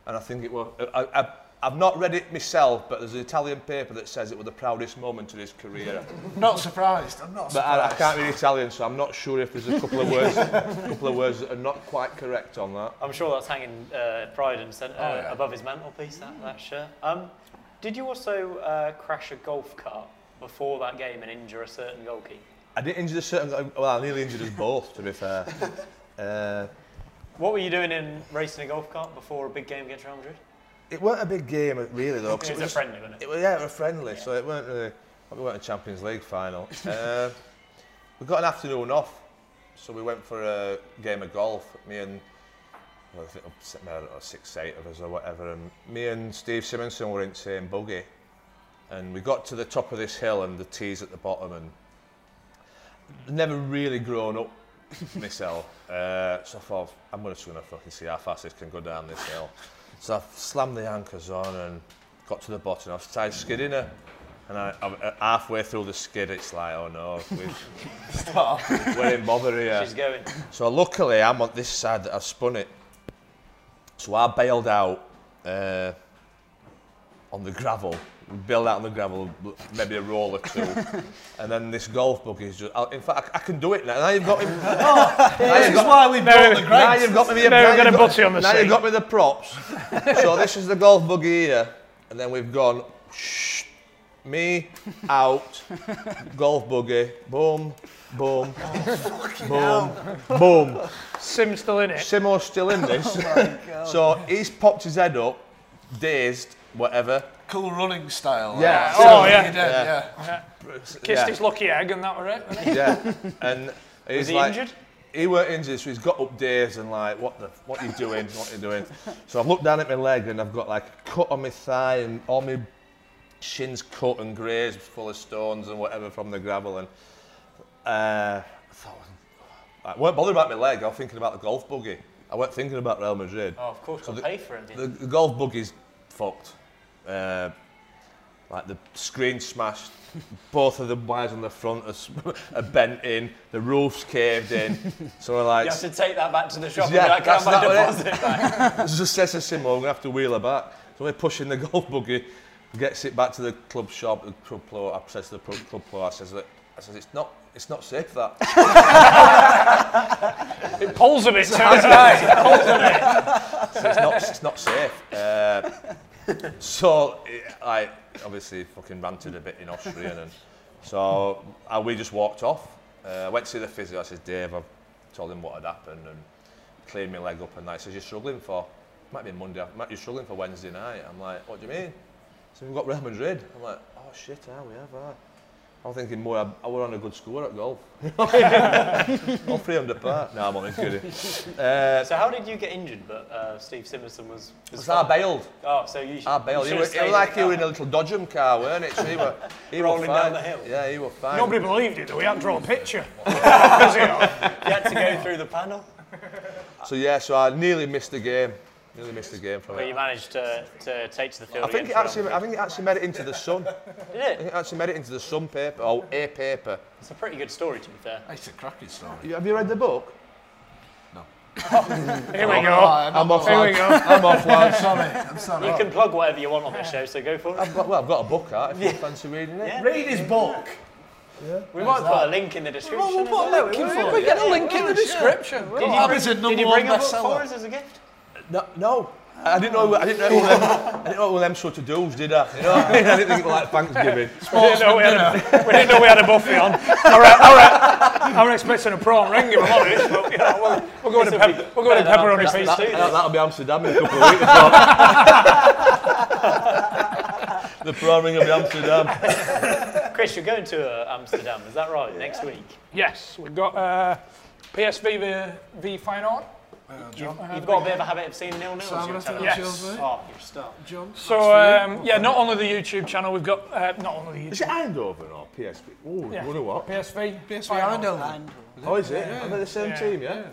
S6: and I think it was. I, I, I've not read it myself, but there's an Italian paper that says it was the proudest moment of his career.
S7: Not surprised. I'm not
S6: But I, I
S7: surprised.
S6: can't read Italian, so I'm not sure if there's a couple of words, couple of words that are not quite correct on that.
S2: I'm sure that's hanging uh, pride and cent- uh,
S7: Oh, yeah.
S2: above his mantelpiece. That, that shirt. Um, did you also uh, crash a golf cart before that game and injure a certain goalkeeper?
S6: I didn't injure the certain. Well, I nearly injured us both, to be fair. Uh,
S2: What were you doing in racing a golf cart before a big game against Real Madrid?
S6: it weren't a big game, really, though. 'cause
S2: It was a
S6: just-
S2: friendly, wasn't it?
S6: It was, yeah, it was friendly, so it weren't really. We weren't a Champions
S2: *laughs*
S6: League final. uh, we got an afternoon off, so we went for a game of golf. Me and well, I think it was, I don't know, six, eight of us or whatever, and me and Steve Simonson were in the same buggy, and we got to the top of this hill and the tees at the bottom, and never really grown up *laughs* myself. Uh, so I thought I'm gonna- just going to fucking see how fast this can go down this hill. So I slammed the anchors on and got to the bottom. I was tied skidding her. And I, I, halfway through the skid, it's like, oh no, we've, *laughs* we're in bother here.
S2: She's going.
S6: So luckily, I'm on this side that I've spun it. So I bailed out uh, on the gravel. We bailed out on the gravel, maybe a roll or two. and then this golf buggy is just. I- In fact, I, I can do it now. Now you've got me. *laughs* now, you've got,
S7: why we bought the
S6: now you've got me. the-
S5: Now we're
S6: you've
S5: gonna
S6: got-
S5: butt you on the
S6: Now
S5: seat.
S6: you've got me the props. so this is the golf buggy here, and then we've gone. Shh, me out, golf buggy, boom, boom, boom, boom.
S5: Sim's still in it.
S6: Simo's still in this. so he's popped his head up, dazed, whatever.
S7: Cool running style.
S6: Yeah.
S5: Oh,
S7: Like, you
S5: yeah.
S7: did, yeah.
S5: Kissed
S6: yeah.
S5: his lucky egg and that were it. wasn't it?
S6: Yeah.
S2: *laughs*
S6: And he's
S2: Was he
S6: like,
S2: injured?
S6: He weren't injured, so he's got up dazed and like, what the, what you doing, what you doing? So I've looked down at my leg and I've got like a cut on my thigh and all my shins cut and grazed, full of stones and whatever from the gravel. And uh, I thought, I weren't bothered about my leg. I was thinking about the golf buggy. I weren't thinking about Real Madrid.
S2: Oh, of course,
S6: So
S2: we'll
S6: the-
S2: pay for it.
S6: The, the golf buggy's fucked. Uh, like the screen smashed, both of the wires on the front are, s- *laughs* are bent in, the roof's caved in. so we're like,
S2: You have to take that back to the shop
S6: Yeah,
S2: and be like, can
S6: that's
S2: I have my
S6: not
S2: deposit back?
S6: just says to Simo, we're going to have to wheel her back. So we're pushing the *laughs* golf buggy, gets it back to the club shop, the club floor. I says to the club club floor, I says, that, I says it's not, it's not safe that.
S5: It
S7: *laughs*
S5: pulls a bit too. Right.
S6: So it's not it's not safe. Uh, so eh, I obviously fucking ranted a bit in Austrian, and so uh, we just walked off. Uh, I went to see the physio. I said, Dave, I told him what had happened and cleared my leg up. And I says, you're struggling for might be Monday. Might be struggling for Wednesday night. I'm like, what do you mean? So we've got Real Madrid. I'm like, oh shit, how we have that? I'm thinking more, I, I were on a good score at golf. *laughs* I'm 300 par. No, I'm only kidding. Uh,
S2: So how did you get injured? But uh, Steve Simerson was. was
S6: so I bailed.
S2: Oh, so you. Should,
S6: I bailed.
S2: You
S6: Ah, He
S2: should
S6: was, he was like he were in a little Dodgem car, weren't it? So he were, he were
S2: Rolling down
S6: fine.
S2: the hill.
S6: Yeah, he were fine.
S5: Nobody believed it though. We hadn't drawn a picture. Was it?
S2: You had to
S6: *laughs*
S2: go through the panel.
S6: So yeah, so I nearly missed the game. Nearly missed the game from
S2: But
S6: it.
S2: you managed to, to take to the field.
S6: I think it
S2: again
S6: actually, I think it actually made it into the sun. I
S2: for a- did it.
S6: think it actually made it into the sun paper or a paper.
S2: It's a pretty good story, to be fair.
S7: It's a cracking story.
S6: You- Have you read the book?
S5: Here we go.
S6: I'm off.
S5: Here we
S6: lads.
S5: go.
S6: I'm off.
S2: *laughs*
S6: lads.
S7: I'm sorry.
S6: Oh.
S2: You can plug whatever you want on this show, so go for it.
S6: I've got, well, I've got a book out if you fancy reading it.
S7: Read his book.
S2: We might put a link in the description. as well.
S5: We get a link in the description.
S2: Did you
S7: Hobbit's
S2: bring,
S7: a number
S2: did you
S7: one
S2: bring a book
S7: bestseller.
S2: for us as a gift?
S6: No, no. I I didn't know. I didn't know. all them, I didn't know all them sort of do's, did I? You know, what I, mean? I didn't think it was like Thanksgiving.
S5: We didn't, know we, had a, we didn't know we had a buffet on. All right, all right. I was expecting a prawn ring, if I'm honest. But, you know, we'll, we'll go with a
S2: This'll be
S5: pep- we'll go with a
S2: better than
S5: pepperoni
S2: our
S5: pizza.
S2: Christmas
S6: That,
S2: too,
S6: that,
S2: then.
S6: that'll be Amsterdam in a couple of weeks. so. *laughs* the prawn ring of the Amsterdam.
S2: Chris, you're going to uh, Amsterdam, is that right? Next week.
S5: Yes, we've got uh, PSV v, v Feyenoord.
S2: You've got a bit of a habit of seeing nil nils. You're telling us.
S5: Yes.
S2: Oh, you're stuck.
S5: So um, yeah, not only the YouTube channel, we've got uh, not only the
S6: Is
S5: YouTube.
S6: it Eindhoven or PSV? Oh,
S5: Yeah.
S6: you wonder what?
S5: PSV, PSV,
S6: Oh, is it? Are they the same team? Yeah.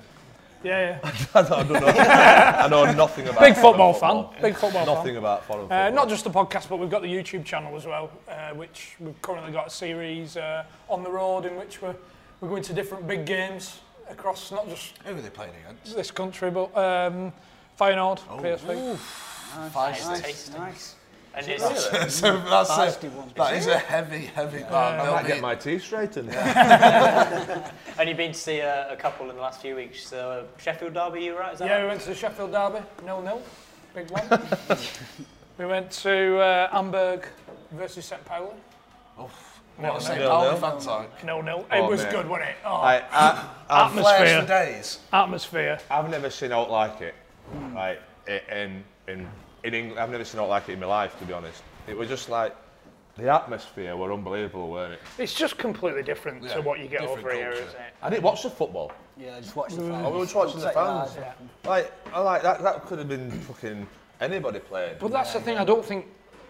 S5: Yeah, yeah.
S6: *laughs* I don't *laughs* know. I know nothing about.
S5: Big
S6: foreign
S5: football fan. Big football fan.
S6: Nothing about foreign football.
S5: Uh, not just the podcast, but we've got the YouTube channel as well, uh, which we've currently got a series uh, on the road in which we're, we're going to different big games across not just
S7: Who were they playing against?
S5: this country, but um, Feyenoord,
S7: Oh,
S5: PSV.
S2: It's tasty. And it's,
S7: *laughs*
S2: *laughs*
S7: so that's
S4: Feisty one.
S7: that is a heavy, heavy bar.
S6: I might get my teeth straightened.
S2: and you've been to see a, a couple in the last few weeks. So uh, Sheffield Derby, you right? Is that
S5: Yeah, we
S2: right?
S5: went to the Sheffield Derby, nil nil, big one.
S7: *laughs*
S5: we went to uh, Hamburg versus St. Pauli,
S7: What a St.
S6: No,
S7: Pauli
S6: no.
S7: fan side.
S5: nil nil.
S6: Oh,
S5: it was
S6: mate.
S5: good, wasn't it? Oh,
S6: I,
S5: *laughs*
S6: I, I've,
S7: Players for
S5: atmosphere,
S7: days.
S5: atmosphere.
S6: I've never seen out like it.
S5: Hmm.
S6: Like i- in in in England, I've never seen out like it in my life. To be honest, it was just like the atmosphere were unbelievable, weren't it?
S5: It's just completely different
S7: Yeah,
S5: to what you get
S7: different
S5: over here,
S7: culture.
S5: isn't it?
S6: I didn't watch the football.
S4: Yeah, just watch the
S6: I
S4: fans.
S6: was watching Oh, the
S4: Take your eyes
S6: fans.
S4: off 'em.
S6: Like I like that. That could have been fucking anybody playing.
S5: But that's the thing. I don't think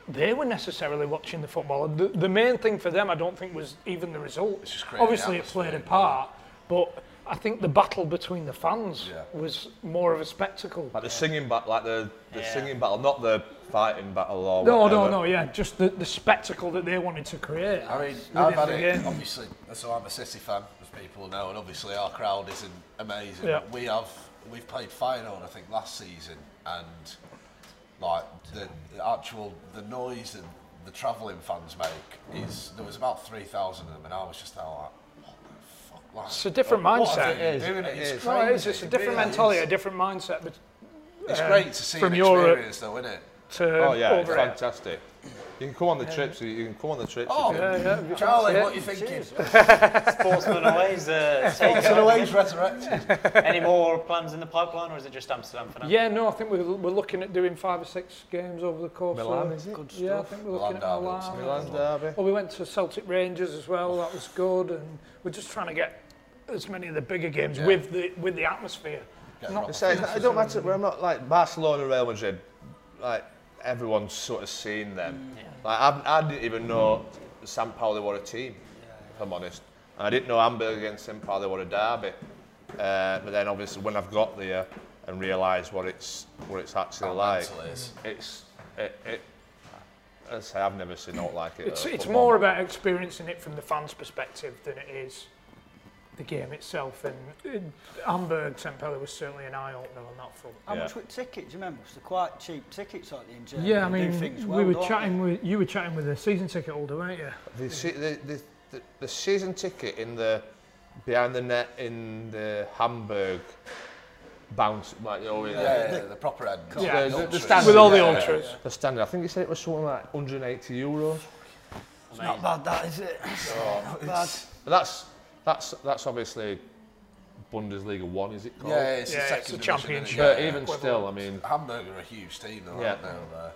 S5: they were necessarily watching the football. The, the main thing for them, I don't think, was even the result.
S7: creating
S5: Obviously, it played a
S7: atmosphere,
S5: part, but I think the battle between the fans
S7: Yeah.
S5: was more of a spectacle.
S6: Like the singing battle, like the, the
S2: Yeah.
S6: singing battle, not the fighting battle or
S5: No,
S6: whatever.
S5: no, no. Yeah, just the, the spectacle that they wanted to create.
S7: I mean, I've had
S5: the
S7: it,
S5: game.
S7: obviously, so I'm a City fan, as people know, and obviously our crowd isn't amazing.
S5: Yeah.
S7: We have, we've played Feyenoord, I think, last season, and like the, the actual, the noise that the travelling fans make is, there was about 3,000 of them, and I was just out like, what the fuck, like,
S5: It's a different
S7: what are
S5: mindset.
S7: they
S6: It is,
S7: doing?
S6: it
S7: It's
S6: is.
S5: No,
S7: crazy.
S5: it is. It's a
S7: It
S5: different
S7: really
S5: mentality,
S7: is.
S5: a different mindset, but
S7: It's great to see
S5: from
S7: from an
S5: Europe.
S7: experience, though, isn't it?
S5: to
S6: Oh yeah, it's
S5: over it.
S6: fantastic. You can come on the trips. You can come on the trips.
S7: Oh,
S6: if you-
S5: Yeah, yeah.
S7: Charlie, what are you thinking?
S2: Sportsman always.
S5: *laughs*
S2: Uh, take
S7: It's an always resurrected.
S2: Any more plans in the pipeline, or is it just Amsterdam for now?
S5: Yeah, no, I think we're, we're looking at doing five or six games over the course
S6: Milan,
S5: of
S6: is it?
S5: Good Yeah, I think we're looking
S7: Milan
S5: at
S7: derby,
S5: Milan.
S6: Milan derby.
S5: Well, we went to Celtic Rangers as well. That was good, and we're just trying to get as many of the bigger games with the with the atmosphere.
S6: I say, it don't matter. Well, I'm not like Barcelona, Real Madrid. Like everyone's sort of seen them.
S5: Mm,
S6: Like I, I didn't even know San Paolo were a team. If I'm honest, and I didn't know Hamburg against San Paolo were a derby. Uh, but then obviously when I've got there and realised what it's what it's actually
S5: Oh,
S6: like,
S7: mental it is.
S6: it's it. it I say I've never seen out like it.
S5: It's
S6: uh,
S5: it's
S6: football.
S5: more about experiencing it from the fans' perspective than it is the game itself. And uh, Hamburg, St. Pauli was certainly an eye opener on that front.
S4: How
S6: Yeah.
S4: much were tickets? You remember, they're quite cheap tickets, aren't they? In Germany?
S5: Yeah, I
S4: They do
S5: mean,
S4: things
S5: we
S4: well,
S5: were
S4: don't
S5: chatting with you were chatting with a season ticket holder, weren't you?
S6: The, se- the, the, the, the season ticket in the behind the net in the Hamburg bounce, like you know,
S7: Yeah, yeah, the proper end.
S5: Yeah,
S6: the, the
S7: Ultras.
S6: standard,
S5: With all the
S6: yeah,
S5: ultras.
S6: The standard. I think you said it was something like 180 euros.
S4: they? Not bad, that is it. Not bad.
S6: But that's that's that's obviously Bundesliga one, is it called?
S7: Yeah, it's
S5: Yeah,
S7: the
S5: it's
S7: second
S5: a
S7: division,
S5: championship.
S7: isn't it?
S6: But even still, I mean,
S7: Yeah. Hamburg are a huge team, though,
S6: Yeah.
S7: aren't they? over there?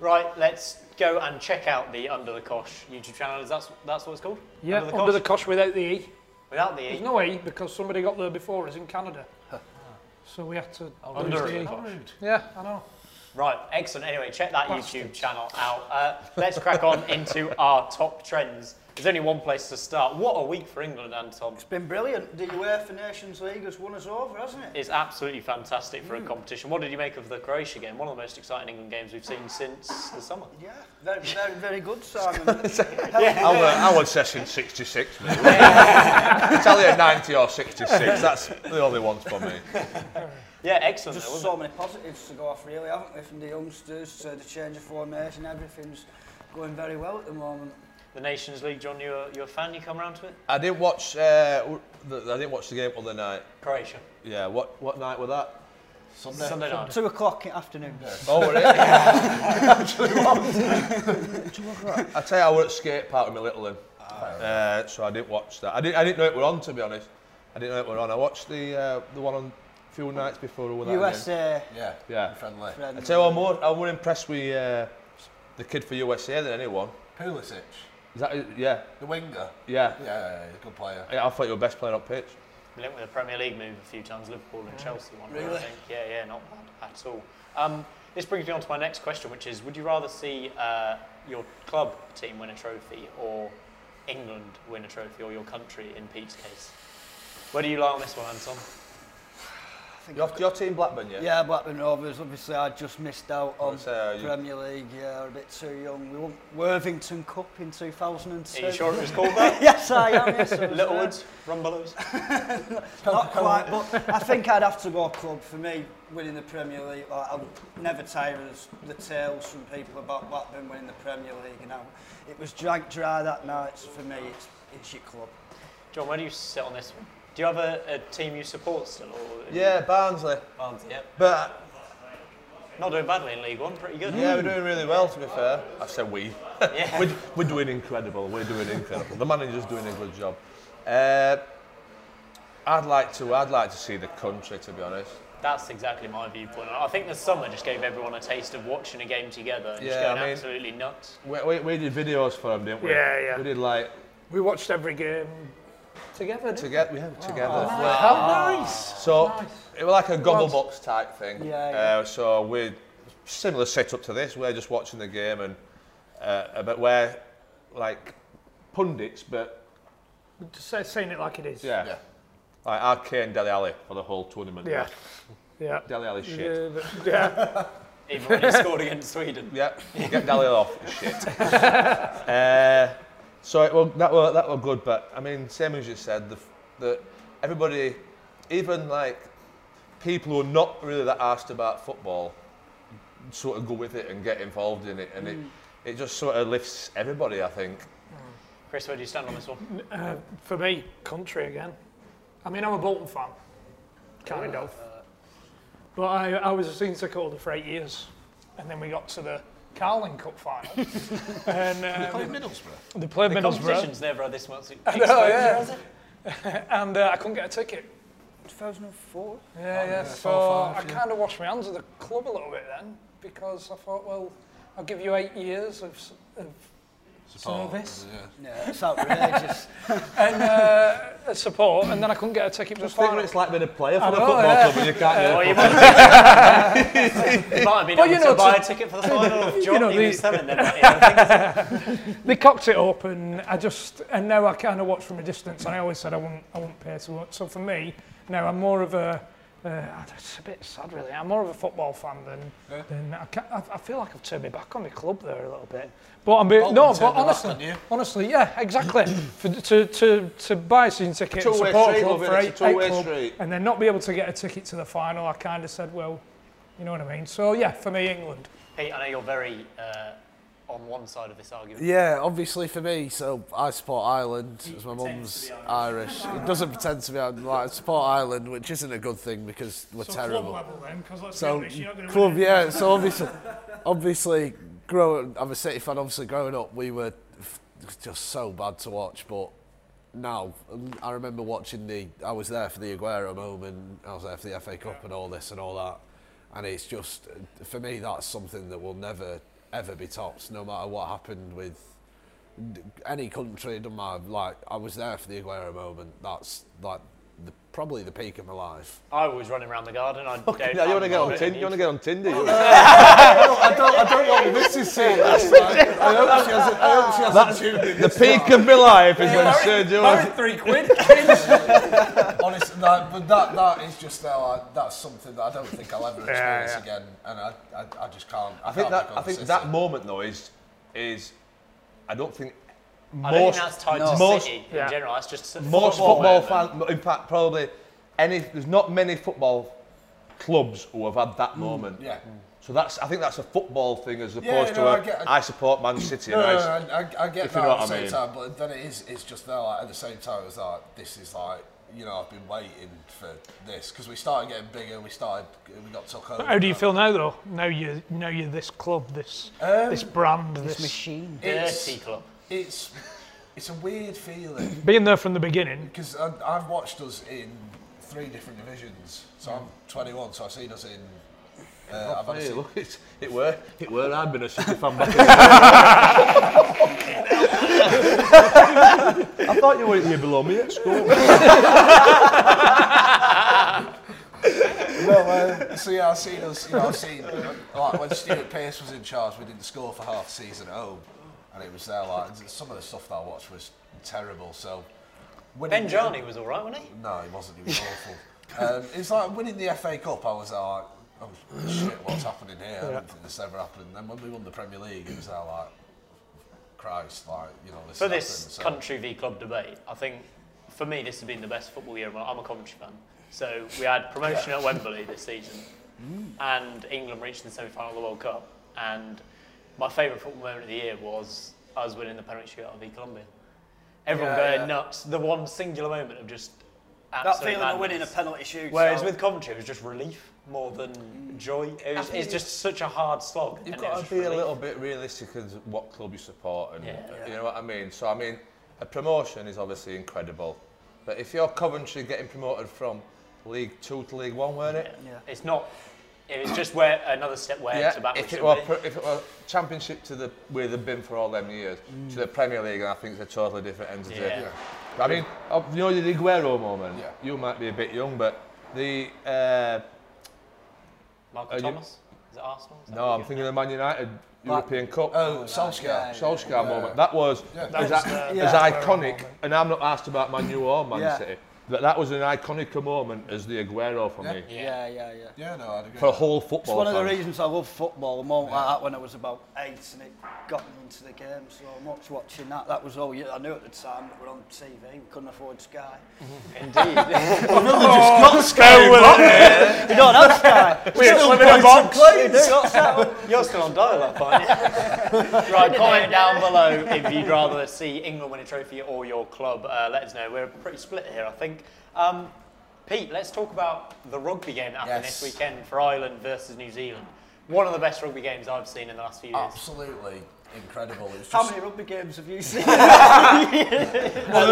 S2: Right, let's go and check out the Under the Kosh YouTube channel. Is that's that's what it's called?
S5: Yeah,
S2: Under the
S5: under
S2: Kosh?
S5: the cosh without the E.
S2: Without the E.
S5: There's no E because somebody got there before us in Canada. So we had to
S2: Under
S5: use
S2: the
S5: the E.
S2: Kosh.
S5: Yeah, I know.
S2: Right, excellent. Anyway, check that YouTube channel out. Uh, let's crack on *laughs* into our top trends. There's only one place to start. What a week for England, Anton.
S4: It's been brilliant. The UEFA Nations League has won us over, hasn't it?
S2: It's absolutely fantastic for a competition. What did you make of the Croatia game? One of the most exciting England games we've seen since the *sighs* summer.
S4: Yeah, very, very, very good, Simon.
S6: I would, I would session 66, mate. *laughs* Italian 90 or 66, that's the only ones for me.
S2: Yeah, excellent.
S4: Just
S2: Though,
S4: so many positives to go off, really, haven't they? From the youngsters to the change of formation, everything's going very well at the moment.
S2: the Nations League, John, you're, you're a fan, you come round to it?
S6: I didn't watch, uh, w- the, I didn't watch the game other night.
S2: Croatia.
S6: Yeah, what, what night was that?
S7: Sunday.
S2: Sunday night.
S4: Two o'clock in the afternoon.
S6: Oh, *laughs* were it? Actually, what? *laughs* I tell you, I were at skate park with my little one, uh, so I didn't watch that. I didn't, I didn't know it were on, to be honest. I didn't know it were on. I watched the uh, the one on a few nights before. All that again.
S4: USA
S7: Yeah,
S6: Yeah.
S7: friendly.
S6: I
S4: friend.
S6: tell you, I'm more, I'm more impressed with uh, the kid for USA than anyone.
S7: Pulisic,
S6: Is that, yeah,
S7: the winger.
S6: yeah.
S7: Yeah, yeah, yeah, good player.
S6: I, I thought you were best player on pitch.
S2: linked with a Premier League move a few times, Liverpool and Chelsea one. Really? I think. Yeah, yeah, not bad at all. Um, this brings me on to my next question, which is: Would you rather see uh, your club team win a trophy, or England win a trophy, or your country in Pete's case? Where do you lie on this one, Anton?
S6: Your, your team Blackburn, yeah?
S4: Yeah, um, Blackburn Rovers. Obviously, I just missed out on
S6: What's, uh, you-
S4: Premier League. Yeah, a bit too young. We won Worthington Cup in 2002.
S2: Are you sure it
S6: *laughs*
S2: was called that?
S4: *laughs* yes, I am. Yes, *laughs* I was there.
S2: Littlewoods, Rumbelows.
S4: Not quite, but I think I'd have to go club for me winning the Premier League. Like, I'll never tire of the tales from people about Blackburn winning the Premier League, and I, it was drank dry that night. So for me, it's, it's your club.
S2: John, where do you sit on this one? Do you have a, a team you support still? Or
S6: Yeah, Barnsley.
S2: Barnsley, yeah.
S6: But,
S2: Not doing badly in League One, pretty good.
S6: yeah, we're doing really well, to be fair. I said we.
S2: Yeah.
S6: *laughs* we're, we're doing incredible. We're doing incredible. The manager's doing a good job. Uh, I'd like to. I'd like to see the country, to be honest.
S2: That's exactly my viewpoint. I think the summer just gave everyone a taste of watching a game together and just
S6: Yeah, I
S2: going
S6: mean-
S2: absolutely nuts.
S6: We, we, we did videos for them, didn't we?
S5: Yeah, yeah.
S6: We did like
S5: We watched every game together. Didn't
S6: together. We had together.
S5: How nice!
S6: So
S5: Oh, Nice.
S6: it was like a goggle box type thing.
S4: Yeah,
S6: Uh, so we similar setup to this. We're just watching the game and uh, but we're like pundits, but
S5: Just say- saying it like it is.
S6: yeah. Like arcane Deli Alley for the whole tournament.
S5: Yeah. Yeah.
S6: Deli Alley shit.
S5: Yeah, but- yeah.
S2: Even when he scored against Sweden.
S6: Yeah, get Dalio off. *laughs* Shit. uh, so it, well, that were that were good, but I mean, same as you said, the, f- the everybody, even like people who are not really that asked about football, sort of go with it and get involved in it, and it it just sort of lifts everybody. I think.
S2: Chris, where do you stand on this one?
S5: Uh, for me, country again. I mean, I'm a Bolton fan, kind of. But I, I was a senior stakeholder for eight years, and then we got to the Carling
S6: *laughs*
S5: Cup final. and um,
S7: Middlesbrough.
S5: they played
S2: The
S5: *laughs* Middlesbrough,
S2: competition's never had this much exposure,
S5: yeah.
S2: has it?
S5: *laughs* and uh, I couldn't get a ticket.
S4: 2004.
S5: Yeah,
S6: uh,
S5: yeah. So I kind of washed my hands of the club a little bit then, because I thought, well, I'll give you eight years of, s- of service.
S4: Yeah, it's *laughs* outrageous.
S5: and uh, support, and then I couldn't get a ticket for the
S6: Just think
S5: final.
S6: what it's like being a player for
S5: I
S6: the
S5: know,
S6: football
S5: yeah.
S6: club, and you can't.
S2: Well,
S6: really
S2: you might have, you *laughs* might have been able
S5: Well, you know,
S2: to buy
S5: to-
S2: a ticket for the final of John
S5: You know,
S2: even
S5: the-
S2: selling them. that year, I think.
S5: They cocked it up, and I just and now I kind of watch from a distance. And I always said I wouldn't, I wouldn't pay to watch. So for me, now I'm more of a. Uh, it's a bit sad, really. I'm more of a football fan than. than I, ca I, I feel like I've turned my back on my club there a little bit. But I'm
S6: Oh,
S5: being, no,
S7: Bolton
S5: but
S7: turned their back
S5: honestly,
S7: on you.
S5: honestly, yeah, exactly. *clears throat* For, to, to, to buy a season ticket, and
S6: Two-way
S5: support a
S6: street,
S5: club
S6: love it.
S5: for
S6: It's a
S5: eight, eight
S6: two-way
S5: club,
S6: street.
S5: and then not be able to get a ticket to the final, I kind of said, well, you know what I mean. So yeah, for me, England.
S2: Pete, I know you're very uh, on one side of this argument.
S9: Yeah, obviously for me, so I support Ireland as my mum's Irish. It doesn't pretend to be Ireland. Like, I support Ireland, which isn't a good thing because we're terrible.
S5: then, because let's
S9: so club, yeah. So obviously, obviously, growing. I'm a City fan. Obviously, growing up, we were f- just so bad to watch. But now, I remember watching the. I was there for the Aguero moment. I was there for the FA Cup and all this and all that. And it's just for me, that's something that will never ever be topped, no matter what happened with any country. Don't matter. Like I was there for the Aguero moment. That's like the, probably the peak of my life.
S2: I was running around the garden. I don't.
S6: Yeah, you want to
S2: I'm
S6: get
S2: not
S6: on
S2: a bit
S6: Tinder? You want to
S2: amused.
S6: get on Tinder? you?
S9: I don't. I don't know what this is saying. That's like, *laughs* I hope she hasn't. I hope she hasn't tuned in.
S6: the peak of my life is when Sergio.
S5: Married three quid.
S7: Honestly, that, but that that is just now.
S9: uh,
S7: I, that's something that I don't think I'll ever experience
S5: yeah.
S7: again, and I, I, I just can't. I,
S6: I think
S7: can't
S6: that
S7: become
S6: I think
S7: City.
S6: that moment though is is I don't think
S2: I don't think
S6: most
S2: that's tied to
S6: most-
S2: City
S5: yeah.
S2: in general. That's just
S6: most football fans, in fact, probably any. There's not many football clubs who have had that moment.
S7: yeah.
S6: So that's I think that's a football thing as opposed
S7: no,
S6: to a,
S7: I get-
S6: I support Man City.
S7: No,
S6: and I
S7: no,
S6: s-
S7: no, I, I, I get
S6: if
S7: that
S6: you know
S7: at the
S6: what I
S7: same
S6: mean.
S7: time, but then it is it's just now like, at the same time it's like this is like you know I've been waiting for this because we started getting bigger, we started we got took over.
S5: How do you feel now, though? Now you know you're this club, this this brand, Um, this,
S4: machine.
S7: It's
S2: Dirty club.
S7: it's it's a weird feeling.
S5: being there from the beginning.
S7: Because I've watched us in three different divisions. So
S6: Hmm.
S7: I'm 21, so I've seen us in. Uh, I've had us
S6: Hey,
S7: in-
S6: look, it's, it were it were I'd been a City fan back. I thought you were you below me at school.
S7: No, uh, so yeah, I've seen us. You know, I've seen like when Stuart Pearce was in charge, we didn't score for half the season at home, and it was there. Like some of the stuff that I watched was terrible. So winning-
S2: Ben Jarney was all right, wasn't he?
S7: *laughs* No, he wasn't. He was awful. Um, it's like winning the FA Cup. I was like, oh shit, what's happening here? I don't think this ever happened. And then when we won the Premier League, it was there like, Christ, like you know, this.
S2: For
S7: happened,
S2: this
S7: so-
S2: country v club debate, I think for me this has been the best football year. of my- I'm a Coventry fan, so we had promotion at Wembley this season,
S4: Mm.
S2: and England reached the semi-final of the World Cup. And my favourite football moment of the year was us winning the penalty shootout v Colombia. Everyone
S4: Yeah,
S2: going
S4: yeah.
S2: nuts. The one singular moment of just
S4: That
S2: absolute
S4: feeling of
S2: madness.
S4: winning a penalty shoot.
S2: Whereas
S4: so-
S2: with Coventry, it was just relief more than
S4: Mm.
S2: joy. It was, it's just such a hard slog. and
S6: You've
S2: it
S6: got
S2: was
S6: to
S2: just
S6: be a
S2: relief.
S6: little bit realistic as what club you support, and
S2: Yeah.
S6: you know what I mean. So I mean, a promotion is obviously incredible, but if you're Coventry getting promoted from League Two to League One, weren't it?
S2: It's not. It's just where another step where it's about.
S6: if
S2: which
S6: it,
S2: should
S6: were,
S2: be.
S6: pro- if it were Championship to the where they've been for all them years to the Premier League, and I think it's a totally different entity.
S2: Mm. Yeah. Yeah.
S6: I mean, oh, you know the Aguero moment.
S7: Yeah.
S6: You might be a bit young, but the uh,
S2: Michael
S6: Are you-
S2: Thomas? Is it Arsenal? Is that
S6: no,
S2: who
S6: I'm
S2: you-
S6: thinking of the Man United European Cup.
S7: Oh, Solskjaer.
S6: Solskjaer moment. That was as,
S4: uh,
S6: as iconic, and I'm not asked about Man U or Man
S4: Yeah.
S6: City, but that was an iconic moment as the Aguero for me,
S4: yeah, yeah, yeah.
S7: Yeah, no, I'd agree.
S6: for a whole
S4: It's
S6: football
S4: one of the
S6: fan.
S4: reasons I love football. A moment like that when I was about eight, and it got me into the game so much. Watching that, that was all you, I knew at the time. That we're on TV. We couldn't afford Sky. Indeed. Another just got Sky. We
S2: We're
S4: don't
S2: still in
S4: have
S2: a
S4: Sky.
S2: box.
S4: We do got Sky.
S2: You're still on dial-up, aren't you?
S6: *laughs*
S2: right, comment down below if you'd rather see England win a trophy or your club. Uh, let us know. We're pretty split here, I think. Um, Pete, let's talk about the rugby game that happened
S7: Yes.
S2: this weekend for Ireland versus New Zealand. One of the best rugby games I've seen in the last few years.
S7: Absolutely incredible. It was
S4: How
S7: just
S4: many rugby games have you seen?
S2: At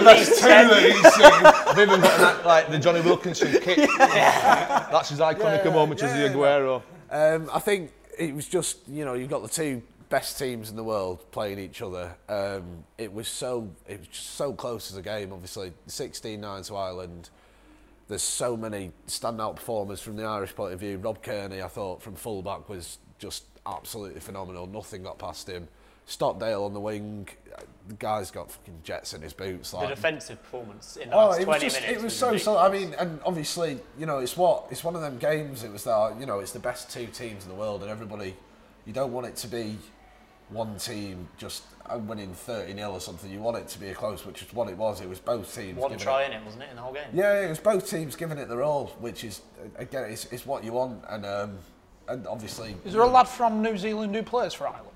S2: least
S7: two
S2: 10.
S7: that he's seen.
S6: I've even got that, like the Johnny Wilkinson kick. That's as iconic a moment as the Aguero.
S9: Um, I think it was just you know you've got the two best teams in the world playing each other. Um, it was so it was just so close as a game. Obviously, 16-9 to Ireland. There's so many standout performers from the Irish point of view. Rob Kearney, I thought from fullback was just absolutely phenomenal. Nothing got past him. Stockdale on the wing. uh, The guy's got fucking jets in his boots.
S2: The
S9: Like
S2: defensive performance in the
S7: Oh,
S2: last
S7: it was
S2: 20
S7: just,
S2: minutes.
S7: it was so, so. I mean, and obviously, you know, it's what it's one of them games. It was that you know, it's the best two teams in the world, and everybody, you don't want it to be one team just uh, winning thirty 0 or something. You want it to be a close, which is what it was. It was both teams.
S2: One
S7: giving
S2: try
S7: It,
S2: in it, wasn't it, in the whole game?
S7: yeah, it was both teams giving it their all, which is uh, again, it's, it's what you want, and um, and obviously,
S5: Is there a lad from New Zealand who plays for Ireland?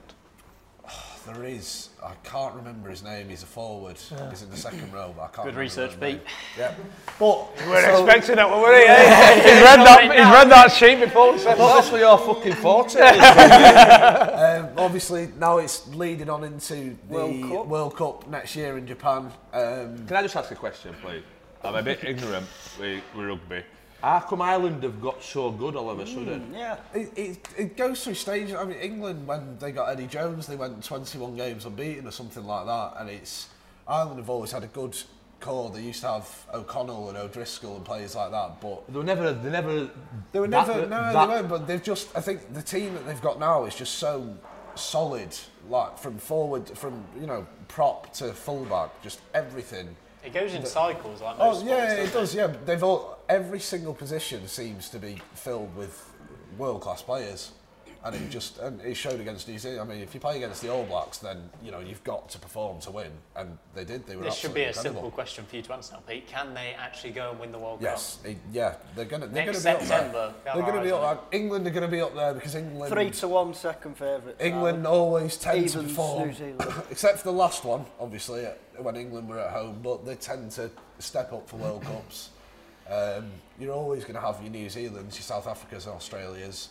S7: there is. I can't remember his name. He's a forward. He's in the second row, but I can't.
S2: Good
S7: remember
S2: research,
S7: his name.
S2: Pete.
S7: Yeah, but
S5: We're
S7: so-
S5: expecting it, were we? Eh? he's, read that, he's read that sheet before. and said,
S6: Well, that's where you're fucking 40.
S7: Um, obviously, now it's leading on into the World Cup, next year in Japan. Um,
S6: Can I just ask a question, please? I'm a bit ignorant with, with rugby. How come Ireland have got so good all of a sudden?
S4: Yeah.
S7: It, it, it goes through stages. I mean, England, when they got Eddie Jones, they went 21 games unbeaten or something like that. And it's Ireland have always had a good core. They used to have O'Connell and O'Driscoll and players like that. But
S6: They were never, they never.
S7: they were
S6: that-
S7: never, no,
S6: that-
S7: they weren't. But they've just, I think the team that they've got now is just so solid. Like from forward, from, you know, prop to fullback, just everything.
S2: It goes in cycles, like
S7: Oh
S2: most
S7: yeah,
S2: sports.
S7: it does. Yeah, they've all every single position seems to be filled with world class players, and it just and it showed against New Zealand. I mean, if you play against the All Blacks, then you know you've got to perform to win, and they did. They were
S2: This should be
S7: absolutely
S2: a
S7: incredible.
S2: simple question for you to answer now, Pete. Can they actually go and win the World
S7: Yes, it- yeah, they're gonna they're
S2: Next
S7: gonna be
S2: September,
S7: up
S2: they'll
S7: there. They're gonna be
S2: rise,
S7: up. there. England are gonna be up there because England
S4: Three to one second favourites.
S7: England
S4: Ireland.
S7: always tend to
S4: Evens,
S7: perform,
S4: New Zealand.
S7: *coughs* except for the last one, obviously, uh, when England were at home. But they tend to step up for World Cups. Um, you're always going to have your New Zealands, your South Africas, and Australias.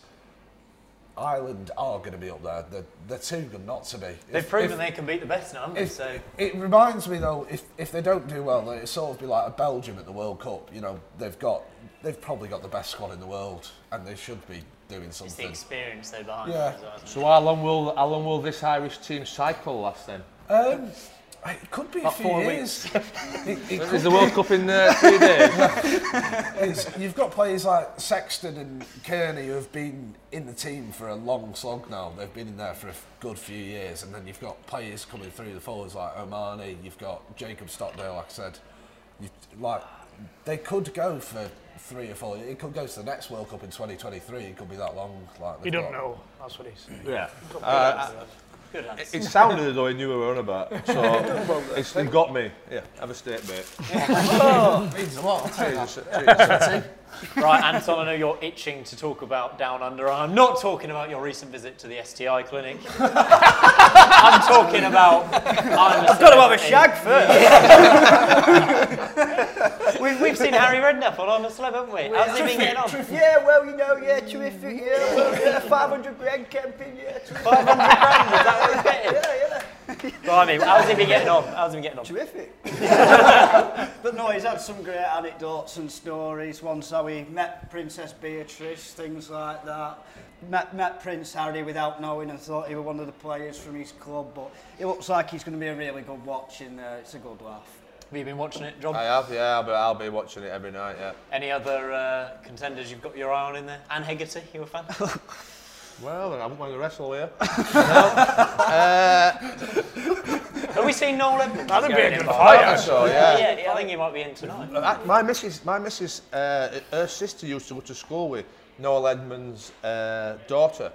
S7: Ireland are going to be up there. They're, they're too good not to be.
S2: They've
S7: If-
S2: proven
S7: if-
S2: they can beat the best now, haven't they?
S7: if-
S2: So
S7: It reminds me though, if, if they don't do well, then it sort of be like a Belgium at the World Cup. You know, they've got they've probably got the best squad in the world, and they should be doing
S2: it's the
S7: something.
S2: experience though behind
S7: Yeah.
S2: it as well. isn't it?
S6: So how long will how long will this Irish team cycle last then?
S7: Um, it could be a
S6: About
S7: few
S6: four
S7: years.
S2: *laughs*
S7: It- it
S6: Is the World Cup in uh, three days?
S7: is you've got players like Sexton and Kearney who have been in the team for a long slog now. They've been in there for a f- good few years, and then you've got players coming through the forwards like Omani. You've got Jacob Stockdale, like I said. You, like they could go for three or four. It could go to the next World Cup in 2023. It could be that long. Like
S5: You
S7: they've
S5: don't
S7: got-
S5: know. That's what he's saying.
S6: yeah. Uh,
S2: Good answer.
S6: it, it sounded as though he knew we were on about. So it's, it got me. Yeah, have a steak, *laughs* mate.
S7: means a lot. I'll tell you that.
S6: Cheers, cheers.
S2: *laughs* Right, Anton, I know you're itching to talk about Down Under, and I'm not talking about your recent visit to the STI
S7: *laughs*
S2: clinic. I'm talking about. I'm I've
S4: Got to have a shag first.
S2: We've, we've seen Harry Redknapp on I'm a Celeb, haven't we? How's he been getting on?
S7: *laughs*
S4: Yeah, well, you know, yeah, terrific, yeah, well, yeah, 500 grand camping, yeah, terrific,
S2: 500 grand, is that what he's getting?
S4: yeah,
S2: Blimey, how's he been getting on? How's he been getting on?
S4: terrific. *laughs* but no, he's had some great anecdotes and stories. Once how he met Princess Beatrice, things like that. Met, met Prince Harry without knowing and thought he was one of the players from his club, but it looks like he's going to be a really good watch and uh, it's a good laugh.
S2: Have you been watching it,
S6: I
S2: John?
S6: have, yeah, I'll be, I'll be watching it every night, yeah.
S2: Any other uh, contenders you've got your eye on in there? Anne Hegarty, you a fan?
S6: Well, then I wouldn't want to wrestle here.
S2: Have we seen Noel Edmonds?
S5: That'd be a good
S6: I
S5: fight.
S6: think *laughs* so,
S2: Yeah,
S6: yeah.
S2: yeah, I think he might be in tonight.
S6: Uh, My missus, my missus, uh, her sister used to go to school with Noel Edmonds' uh, daughter.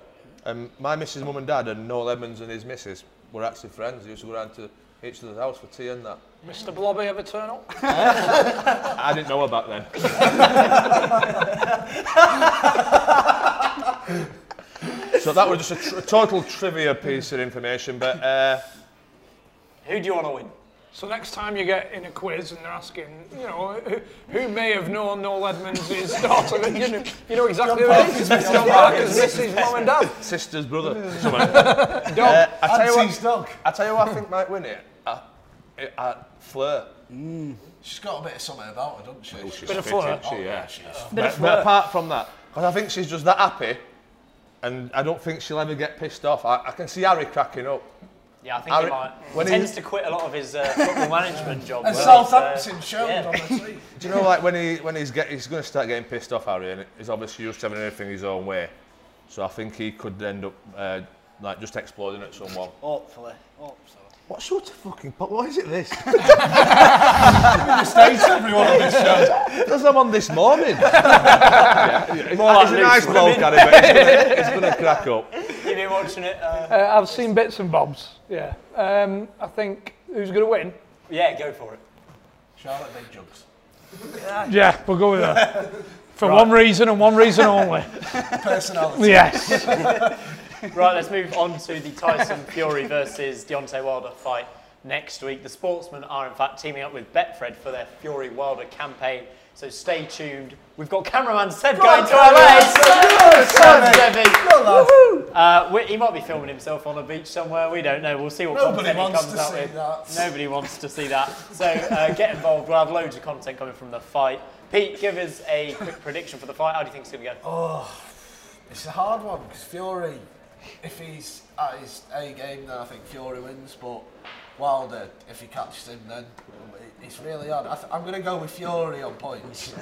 S6: Um, my missus' mum and dad and Noel Edmonds and his missus were actually friends. They used to go round to each other's house for tea and that.
S5: Mr. Blobby ever turn up?
S6: I didn't know about then. *laughs* so that was just a, tr- a total trivia piece of information, but uh,
S2: Who do you want to win?
S5: So next time you get in a quiz and they're asking, you know, who, who may have known Noel Edmonds' *laughs* is daughter, then you know, you know exactly who it is. It's John Parker's missus, mum and dad.
S6: sister's brother. somewhere. Uh, I tell you
S7: Auntie's dog.
S6: what, I tell you what I think might win it. I, I, I, Fleur.
S7: She's got a bit of something about her, doesn't she?
S5: Bit of flirt.
S7: Oh, yeah, she is.
S6: But, but apart from that, 'cause I think she's just that happy, and I don't think she'll ever get pissed off. I, I can see Harry cracking up.
S2: Yeah, I think
S6: Harry-
S2: he might.
S6: when
S2: he
S6: he-
S2: tends to quit a lot of his uh, football management job.
S7: And
S2: doesn't he? So-
S7: Southampton showed
S2: yeah.
S7: on the tweet.
S6: Do you know, like when he when he's get, he's going to start getting pissed off, Harry, and he's obviously used to having everything his own way. So I think he could end up uh, like just exploding at someone.
S4: Hopefully, hope so.
S6: What sort of fucking? Po- what is it? This?
S7: States everyone on this show.
S6: That's I'm on this morning. *laughs* yeah, yeah. More he's
S2: like
S6: a nice
S2: Luke's
S6: bloke, Harry, *laughs* but he's going to crack up.
S2: You've been watching it. Uh,
S5: Uh, I've seen bits and bobs, yeah. Um, I think who's going to win?
S2: yeah, go for it.
S7: Charlotte Big Jugs.
S5: Yeah, we'll go with that. *laughs* For one reason and one reason only.
S7: *laughs* Personality.
S5: yes.
S2: Right, let's move on to the Tyson Fury versus Deontay Wilder fight. next week. The sportsmen are, in fact, teaming up with Betfred for their Fury Wilder campaign. So stay tuned. We've got cameraman Seb going to LA. Seb, Sebby. Uh, we- he might be filming himself on a beach somewhere. We don't know. We'll see what
S7: Nobody
S2: content
S7: wants
S2: he comes
S7: to
S2: out
S7: see
S2: with.
S7: that.
S2: Nobody wants to see that. So uh, get involved. We'll have loads of content coming from the fight. Pete, give us a quick prediction for the fight. How do you think it's going to go?
S7: Oh, It's a hard one because Fury, if he's at his A game, then I think Fury wins. But Wilder, if he catches him, then it- it's really hard. I th- I'm going to go with Fury on points.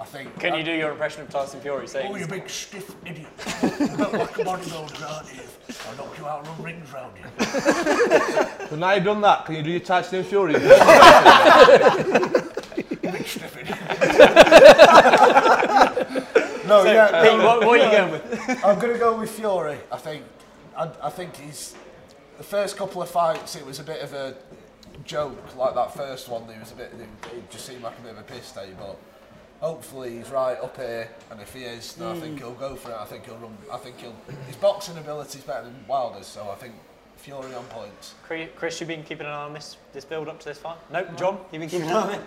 S7: I think.
S2: Can you do your impression of Tyson Fury saying?
S7: Oh, you big stiff
S2: *laughs*
S7: idiot! You're not like a bodybuilder, aren't you? I'll knock you out and run rings round you.
S6: So now you've done that, can you do your Tyson Fury?
S7: Big stiff idiot. no, yeah.
S2: uh, Pete, what, what are you going with?
S7: *laughs* I'm going to go with Fury. I think. I, I think he's the first couple of fights. It was a bit of a joke, like that first one. He was a bit. It, it just seemed like a bit of a piss day, but hopefully he's right up here. And if he is, then I think
S2: Hmm.
S7: he'll go for it. I think he'll run. I think he'll. His boxing ability is better than Wilder's, so I think Fury on points.
S2: Cre- Chris, you've been keeping an eye on this this build up to this fight. Nope, John, you've been keeping an eye on it.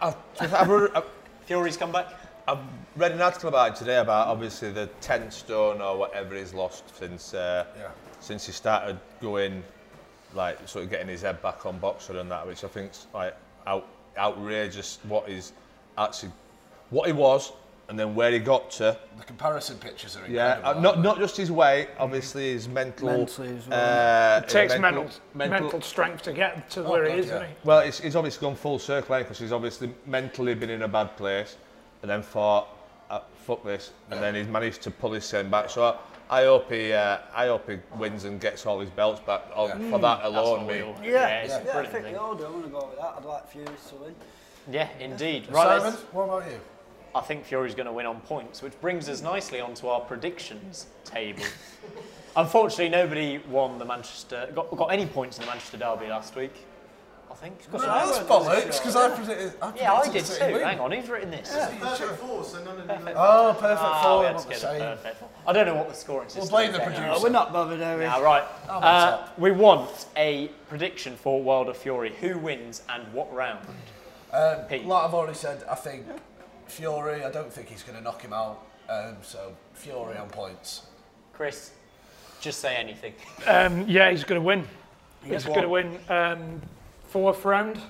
S6: I've, I've, re- I've-
S2: Fury's come back.
S6: I've read an article about it today about obviously the 10 stone or whatever he's lost since uh,
S7: Yeah.
S6: since he started going, like sort of getting his head back on boxer and that, which I think's like out, outrageous what he's actually, what he was and then where he got to.
S7: The comparison pictures are
S6: Yeah,
S7: incredible.
S6: uh, not not just his weight, obviously his mental.
S4: Mentally as well.
S6: uh,
S5: It takes mental, mental,
S6: mental-
S5: strength to get to where
S7: Oh, God,
S5: he is,
S7: yeah.
S5: isn't he?
S6: Well, it's, he's obviously gone full circle because he's obviously mentally been in a bad place, and then thought, uh, "Fuck this," and then he's managed to pull his sin back. So I, I hope he, uh, I hope he wins and gets all his belts back oh, for
S2: Mm,
S6: that alone.
S2: we
S6: Me.
S2: all-
S4: Yeah,
S2: it's a
S4: yeah, I
S2: brilliant
S4: think
S2: thing.
S4: we all do. I'm going to go with that. I'd like Fury to win.
S2: Yeah, indeed. Right,
S7: Simon,
S2: let's-
S7: what about you?
S2: I think Fury's going to win on points, which brings us nicely onto our predictions
S7: *laughs*
S2: table. Unfortunately, nobody won the Manchester got, got any points in the Manchester derby last week. I think.
S7: No, that's bollocks because I predicted. I
S2: Yeah, I
S7: predicted
S2: did
S7: the
S2: too.
S7: same win.
S2: Hang on, who's written this?
S8: Perfect four, so none of you like
S7: Oh, perfect
S2: Ah,
S7: four.
S2: we had
S7: I'm not
S2: to
S7: the
S2: get a
S7: same.
S2: perfect. Oh, I don't know what the scoring system.
S7: blame
S2: is
S7: the
S2: anyway.
S7: producer.
S4: No, uh, we're not bothered, are we?
S2: Now, right.
S7: I'm
S2: Uh,
S7: upset.
S2: we want a prediction for Wilder Fury. Who wins and what round?
S7: Um,
S2: Pete.
S7: Like I've already said, I think Fury. I don't think he's going to knock him out. Um, so Fury on points.
S2: Chris, just say anything. *laughs*
S5: Um, yeah, he's going to win. He's
S2: won.
S5: going to win um, fourth round.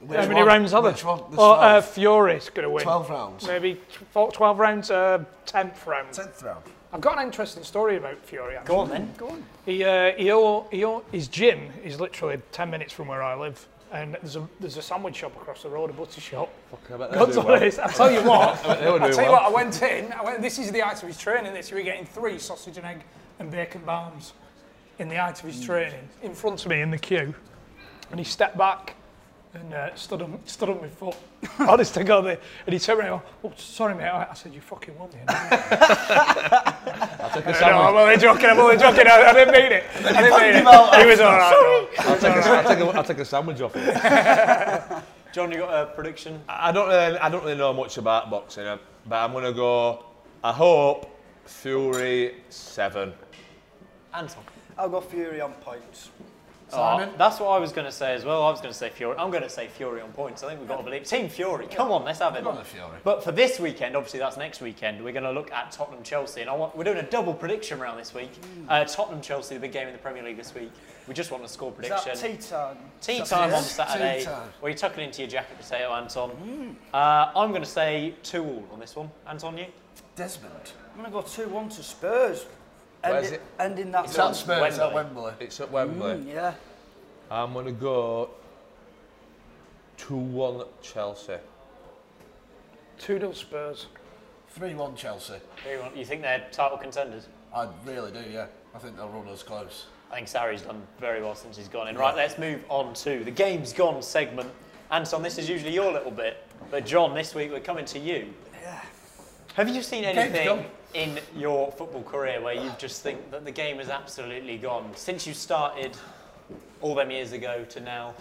S7: Which
S5: How many
S7: one?
S5: rounds are there?
S7: Which one? There's
S5: Well, uh,
S7: 12.
S5: Fury's going to win.
S7: Twelve rounds.
S5: Maybe tw- four- 12 rounds, uh, 10th round.
S7: Tenth round.
S5: I've got an interesting story about Fury. Actually.
S2: Go on then. Go on.
S5: He, uh, he, o- he, o- his gym is literally 10 minutes from where I live. And there's a, there's a sandwich shop across the road, a butter shop. God's honest,
S2: *laughs*
S5: I'll tell you what. I'll
S6: They were doing
S5: tell you
S6: well.
S5: what, I went in, I went, this is the height of his training, this. You were getting three sausage and egg and bacon bombs in the height of
S2: Hmm.
S5: his training, in front of me in the queue. And he stepped back and uh, stood, on, stood on
S2: *laughs*
S5: my foot. Honest to God, they- and he turned around and went, oh, sorry, mate. I I said, you fucking won me. And I
S2: *laughs*
S6: Take a
S5: said, No, I'm
S6: sandwich.
S5: only joking, I'm only joking. I, I didn't mean it. I didn't mean it. He was all right. though.
S6: I'll *laughs* take a, I'll take a, I'll take a sandwich off him.
S2: John, you got a prediction?
S6: I don't, really, I don't really know much about boxing, uh, but I'm gonna go. I hope Fury seven.
S2: Anton.
S4: I'll go Fury on points.
S2: Oh, that's what I was going to say as well. I was going to say Fury. I'm going to say Fury on points. I think we've got to believe Team Fury. Come on, let's have it.
S7: the Fury.
S2: But for this weekend, obviously that's next weekend. We're going to look at Tottenham Chelsea, and I want, we're doing a double prediction round this week. Uh, Tottenham Chelsea, the big game in the Premier League this week. We just want a score
S4: Is that
S2: prediction.
S4: tea time?
S2: Tea time on
S7: Tea
S2: Saturday.
S7: time. Mm.
S2: Where you tuck it into your jacket potato, Anton. Uh, I'm going to say two all on this one. Anton, you?
S7: Desmond.
S4: I'm going to go 2 1 to Spurs.
S6: Where's it?
S4: Ending that.
S7: It's at Spurs
S2: Wembley.
S7: at Wembley.
S6: It's at Wembley.
S4: Mm, yeah.
S6: I'm gonna go two one Chelsea.
S5: 2 nil Spurs.
S7: Three-one Chelsea.
S2: Who you want- You think they're title contenders?
S7: I really do. Yeah. I think they'll run us close.
S2: I think Sarri's done very well since he's gone in. Right, let's move on to the game's gone segment. Anton, this is usually your little bit, but John, this week we're coming to you. Yeah. Have you seen anything
S7: gone.
S2: in your football career where you just think that the game is absolutely gone since you started all them years ago to now?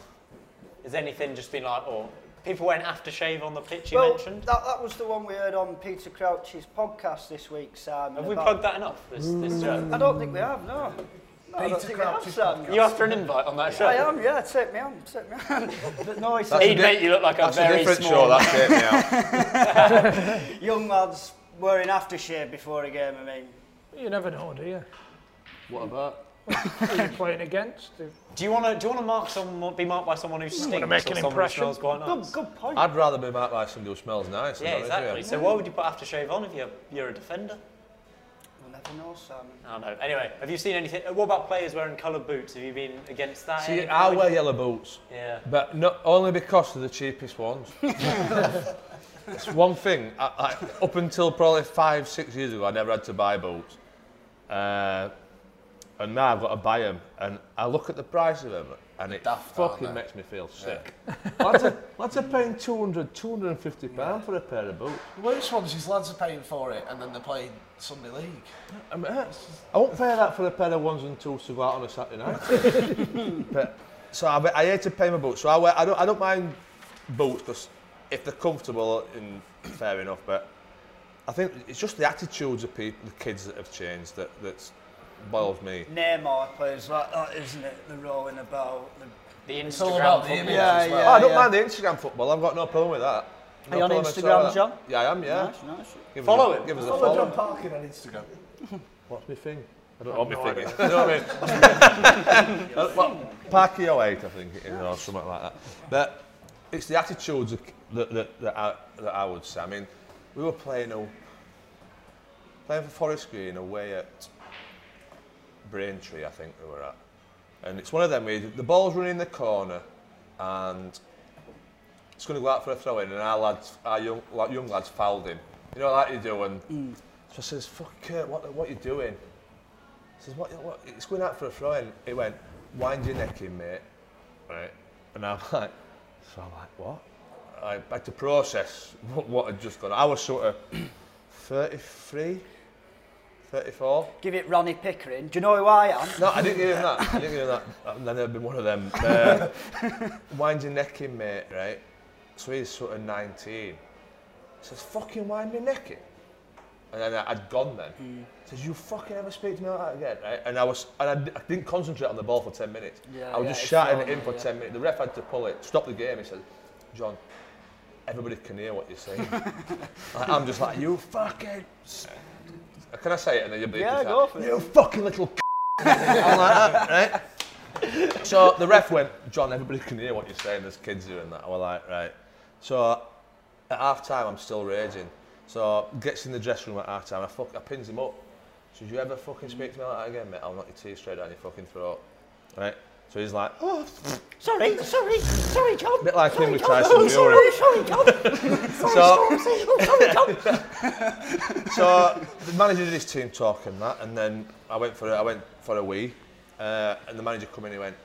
S2: Has anything just been like, or people went aftershave on the pitch you
S4: well,
S2: mentioned?
S4: That, that was the one we heard on Peter Crouch's podcast this week, Sam. Mm.
S2: Have we plugged that enough? This, this show?
S4: I don't think we have, no. I don't think I have, Sam.
S2: You after an invite on that show?
S4: I am, yeah, take me on, take me on. *laughs* but no, he
S2: He'd
S4: said,
S2: make you look like a
S6: That's a
S2: very
S6: different show,
S2: small.
S6: that's it now.
S4: young lads wearing aftershave before a game, I mean.
S5: You never know, do you?
S2: What about?
S5: Who you're playing *laughs* against?
S2: Do you want to? Do you want to mark someone? Be marked by someone who stinks
S5: make an
S2: or someone
S5: impression.
S2: who smells quite
S4: Good,
S2: nice?
S4: good point.
S6: I'd rather be marked by somebody who smells nice. than
S2: Yeah,
S6: not, isn't it?
S2: exactly. So why would you put aftershave on if you're you're a defender?
S4: We'll never know, Sam.
S2: I don't know. Anyway, have you seen anything? uh, What about players wearing coloured boots? Have you been against that?
S6: See,
S2: Any-
S6: I wear yellow boots,
S2: Yeah.
S6: but not only because they're the cheapest
S7: *laughs*
S6: ones. it's one thing. I, I, up until probably five, six years ago, I never had to buy boots, uh, and now I've got to buy them. And I look at the price of them, and it
S7: daft, aren't
S6: fucking
S7: they?
S6: makes me feel sick.
S7: *laughs*
S6: lads, are, lads are paying 200, 250 pounds for a pair of boots.
S7: The worst ones is lads are paying for it and then they're playing Sunday League.
S6: I, mean, that's- I won't pay that for a pair of ones and twos to go out on a Saturday night. but, so I, I hate to pay my boots. So I, wear, I, don't, I don't mind boots because if they're comfortable, and fair enough. But I think it's just the attitudes of people, the kids that have changed that that's boils me.
S4: Neymar plays like that, isn't it? The rolling about. The...
S2: The Instagram.
S7: all about the
S2: football.
S7: image. Yeah,
S6: Oh, I don't mind the Instagram football. I've got no problem with that.
S4: Are you on
S6: problem at
S4: Instagram,
S6: all.
S4: John?
S6: Yeah, I am. Yeah.
S4: Nice, nice.
S6: Give
S2: Follow
S6: us a,
S2: him.
S6: Give us a
S7: Follow
S6: follow.
S7: John Parkin on Instagram.
S6: What's my thing? I don't know what my thing is. *laughs* You know what I mean? *laughs* Uh, what- Pacquiao 8, I think it is, or something like that. But it's the attitudes of- that, that, that, I, that I would say. I mean, we were playing a, playing for Forest Green away at Braintree, I think we were at. And it's one of them where the ball's running in the corner and it's going to go out for a throw in, and our lads, our young, like, young lads fouled him. You know, like you do. And so I says, Fuck Kurt, what, what are you doing? He says, what, what, it's going out for a throw in. He went, wind your neck in, mate. Right. And I'm like, so I'm like, what? I had to process *laughs* what, what had just gone. I was sort of *clears throat* 33, 34.
S4: Give it Ronnie Pickering. Do you know who I am?
S6: No, I didn't give him that. I didn't give him that. I've never been one of them.
S4: *laughs*
S6: Uh, wind your neck in, mate, right? So he's sort of 19. He says, fucking wind my neck in. And then I- I'd gone then.
S4: Hmm.
S6: He says, you fucking ever speak to me like that again, right? And I was, and I, d- I didn't concentrate on the ball for 10 minutes.
S4: Yeah,
S6: I was
S4: yeah,
S6: just
S4: it's
S6: shouting at
S4: normal,
S6: him for
S4: yeah.
S6: 10 minutes. The ref had to pull it, stop the game. He says, John, everybody can hear what
S4: *laughs*
S6: you're saying. Like, I'm just like, you fucking... s-" Can I say it? And then you'll be
S4: Yeah,
S6: just
S4: go
S6: like,
S4: for it.
S6: You fucking little I'm like that, right? So the ref went, John, everybody can hear what you're saying, there's kids here and that. I was like, right. So at half time, I'm still raging. So gets in the dressing room at half time, I, fuck, I pins him up. Should you ever fucking speak to me like that again, mate? I'll knock your teeth straight down your fucking throat. Right? So he's like, oh,
S4: Sorry, sorry, sorry, John.
S6: a bit like him
S4: sorry,
S6: with
S4: John.
S6: Tyson Fury.
S4: sorry, John.
S6: *laughs* So,
S4: sorry, sorry, John.
S6: *laughs* so the manager did his team talk and that, and then I went for a, I went for a wee, uh, and the manager come in and he went,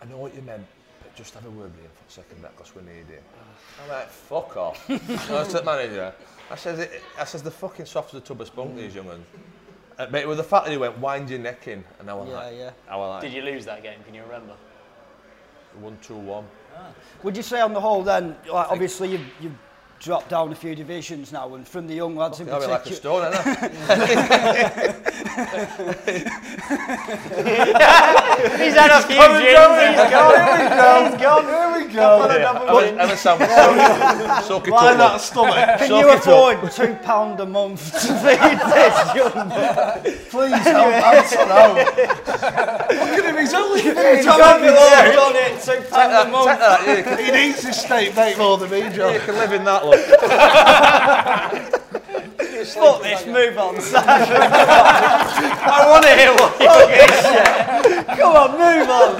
S6: I know what you meant, but just have a word with him for a second, because we need him. I'm like,
S4: *laughs*
S6: fuck off. so I said to the manager, I says, "It- I says the fucking soft as a tub of spunk these young ones. Uh, but it was the fact that he went, wind your neck in, and I was
S4: Yeah,
S6: like,
S4: yeah.
S6: I was
S2: Did
S6: like,
S2: you lose that game? Can you remember?
S6: one, two, one.
S4: Would you say on the whole then, like, obviously you've, you've dropped down a few divisions now and from the young lads in
S6: I was like a
S4: particular,
S6: stone, *laughs* ain't I?
S2: He's had *laughs* a few
S5: eh?
S2: gins. He's
S4: *laughs*
S2: gone. He's gone.
S6: I was, I was, I was so, so Why that stomach?
S4: can you afford £2 a month to *laughs* feed this young man? Please help answer now. Look at him, he's only feeding John on it, £2 a month.
S6: He needs his steak, mate, more than me, John. You can live in that, look.
S4: Fuck this, move on, Sam.
S2: I want to hear what you
S4: Come on, *laughs* move on.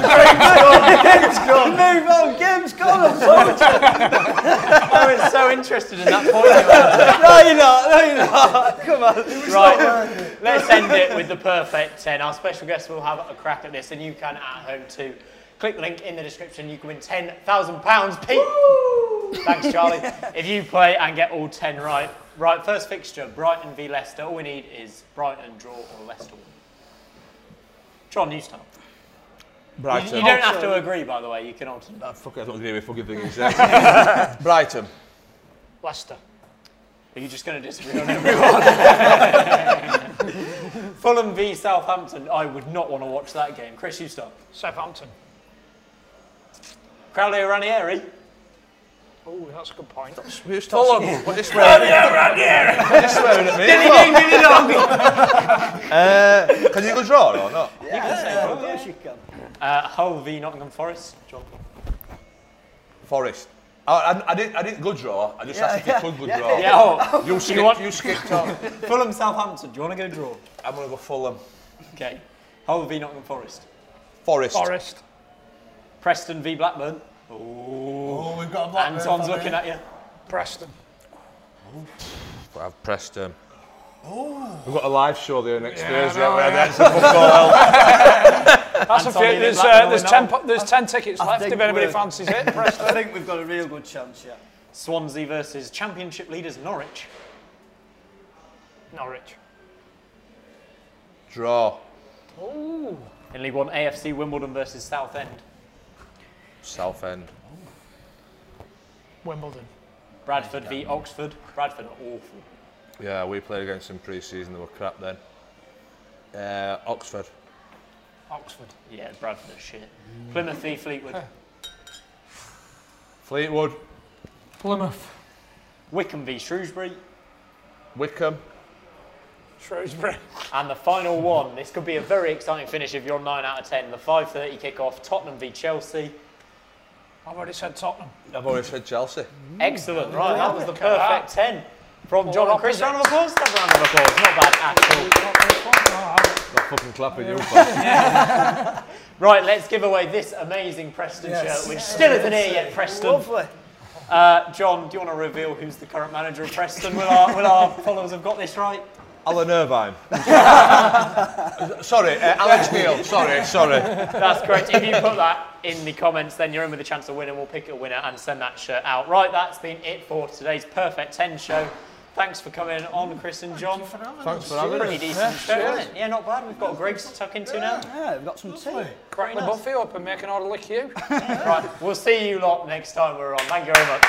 S4: Game's gone. Move on, game's gone. I'm *laughs* sorry.
S2: I was so interested in that point.
S4: No, you're not. No, you're not. Come on.
S2: Right, let's end it with the perfect 10. Our special guests will have a crack at this, and you can at home too. Click the link in the description, you can win £10,000. Pete! Thanks, Charlie. If you play and get all 10 right. Right, first fixture Brighton v Leicester. All we need is Brighton draw or Leicester win. John, you start. You, you
S6: Brighton.
S2: don't have to agree, by the way, you can alternate.
S6: Ah, fuck it, I don't agree with fucking things. eh? *laughs* Brighton.
S2: *laughs* Leicester. Are you just going to disagree on everyone? *laughs* Fulham v Southampton. I would not want to watch that game. Chris, you start.
S5: Southampton.
S2: Crowley eh? or Ranieri?
S5: Oh, that's a good point.
S6: Who's Fulham? What is swearing? You're swearing at me. *laughs* Uh, can you go draw or not?
S4: Yeah, of course you can.
S2: Uh, Hull v Nottingham Forest. John.
S6: Forest. I, I, I didn't. I didn't go draw. I just asked if you could go draw.
S2: Yeah, oh.
S6: You skipped. You,
S2: want-
S6: skipped on.
S2: Fulham Southampton. Do you want to go draw?
S6: I'm gonna go Fulham.
S2: Okay. Hull v Nottingham Forest.
S6: Forest.
S5: Forest.
S2: Preston v Blackburn.
S7: Oh, we've got a black
S2: Anton's looking at you.
S5: Preston.
S6: But I've pressed him. We've got a live show there next Thursday.
S5: know,
S6: where
S5: Oh. yeah.
S6: that's a football.
S5: That's a
S2: Anton,
S5: few.
S2: you
S5: There's,
S2: did Blackburn
S5: uh, there's,
S2: win
S5: ten,
S2: that
S5: po- there's 10 tickets left
S4: think
S5: if anybody
S4: we're-
S5: fancies it.
S4: *laughs* I think we've got a real good chance, yeah.
S2: Swansea versus Championship leaders Norwich.
S5: Norwich.
S6: *laughs* draw.
S2: In League One, AFC Wimbledon versus Southend.
S6: Southend.
S5: Wimbledon.
S2: Bradford v Oxford. Bradford are awful.
S6: Yeah, we played against them pre-season. They were crap then. Uh, Oxford.
S5: Oxford.
S2: Yeah, Bradford are shit. Plymouth v Fleetwood.
S6: Fleetwood.
S5: Plymouth.
S2: Wickham v Shrewsbury.
S6: Wickham.
S5: Shrewsbury.
S2: And the final one. This could be a very exciting finish if you're 9 out of 10. The 5.30 kick-off. Tottenham v Chelsea.
S5: I've already said Tottenham.
S6: I've already said Chelsea.
S2: Excellent. Right, that was the
S5: Look at
S2: perfect 10. From John and Chris. Round of applause. Have a round of applause. Not bad at all.
S6: Not fucking clapping you.
S5: *laughs*
S6: pal.
S2: Right, let's give away this amazing Preston shirt, which still isn't here yet, Preston.
S4: Lovely.
S2: Uh, John, do you want to reveal who's the current manager of Preston? Will our, will our *laughs* followers have got this right?
S6: Alan
S5: *laughs*
S6: Irvine. sorry, uh, Alex Neil. Sorry, sorry.
S2: That's correct. If you put that in the comments, then you're in with a chance of winning. We'll pick a winner and send that shirt out. Right, that's been it for today's Perfect 10 show. Thanks for coming on, Chris and John.
S6: Thanks for having
S2: Pretty
S6: us.
S2: decent show, isn't it? Yeah, not bad. We've got Greg's to tuck into now.
S4: Yeah, we've got some tea.
S2: *laughs*
S5: Crack the Buffy up and make an order like you.
S2: Right, we'll see you lot next time we're on. Thank you very much.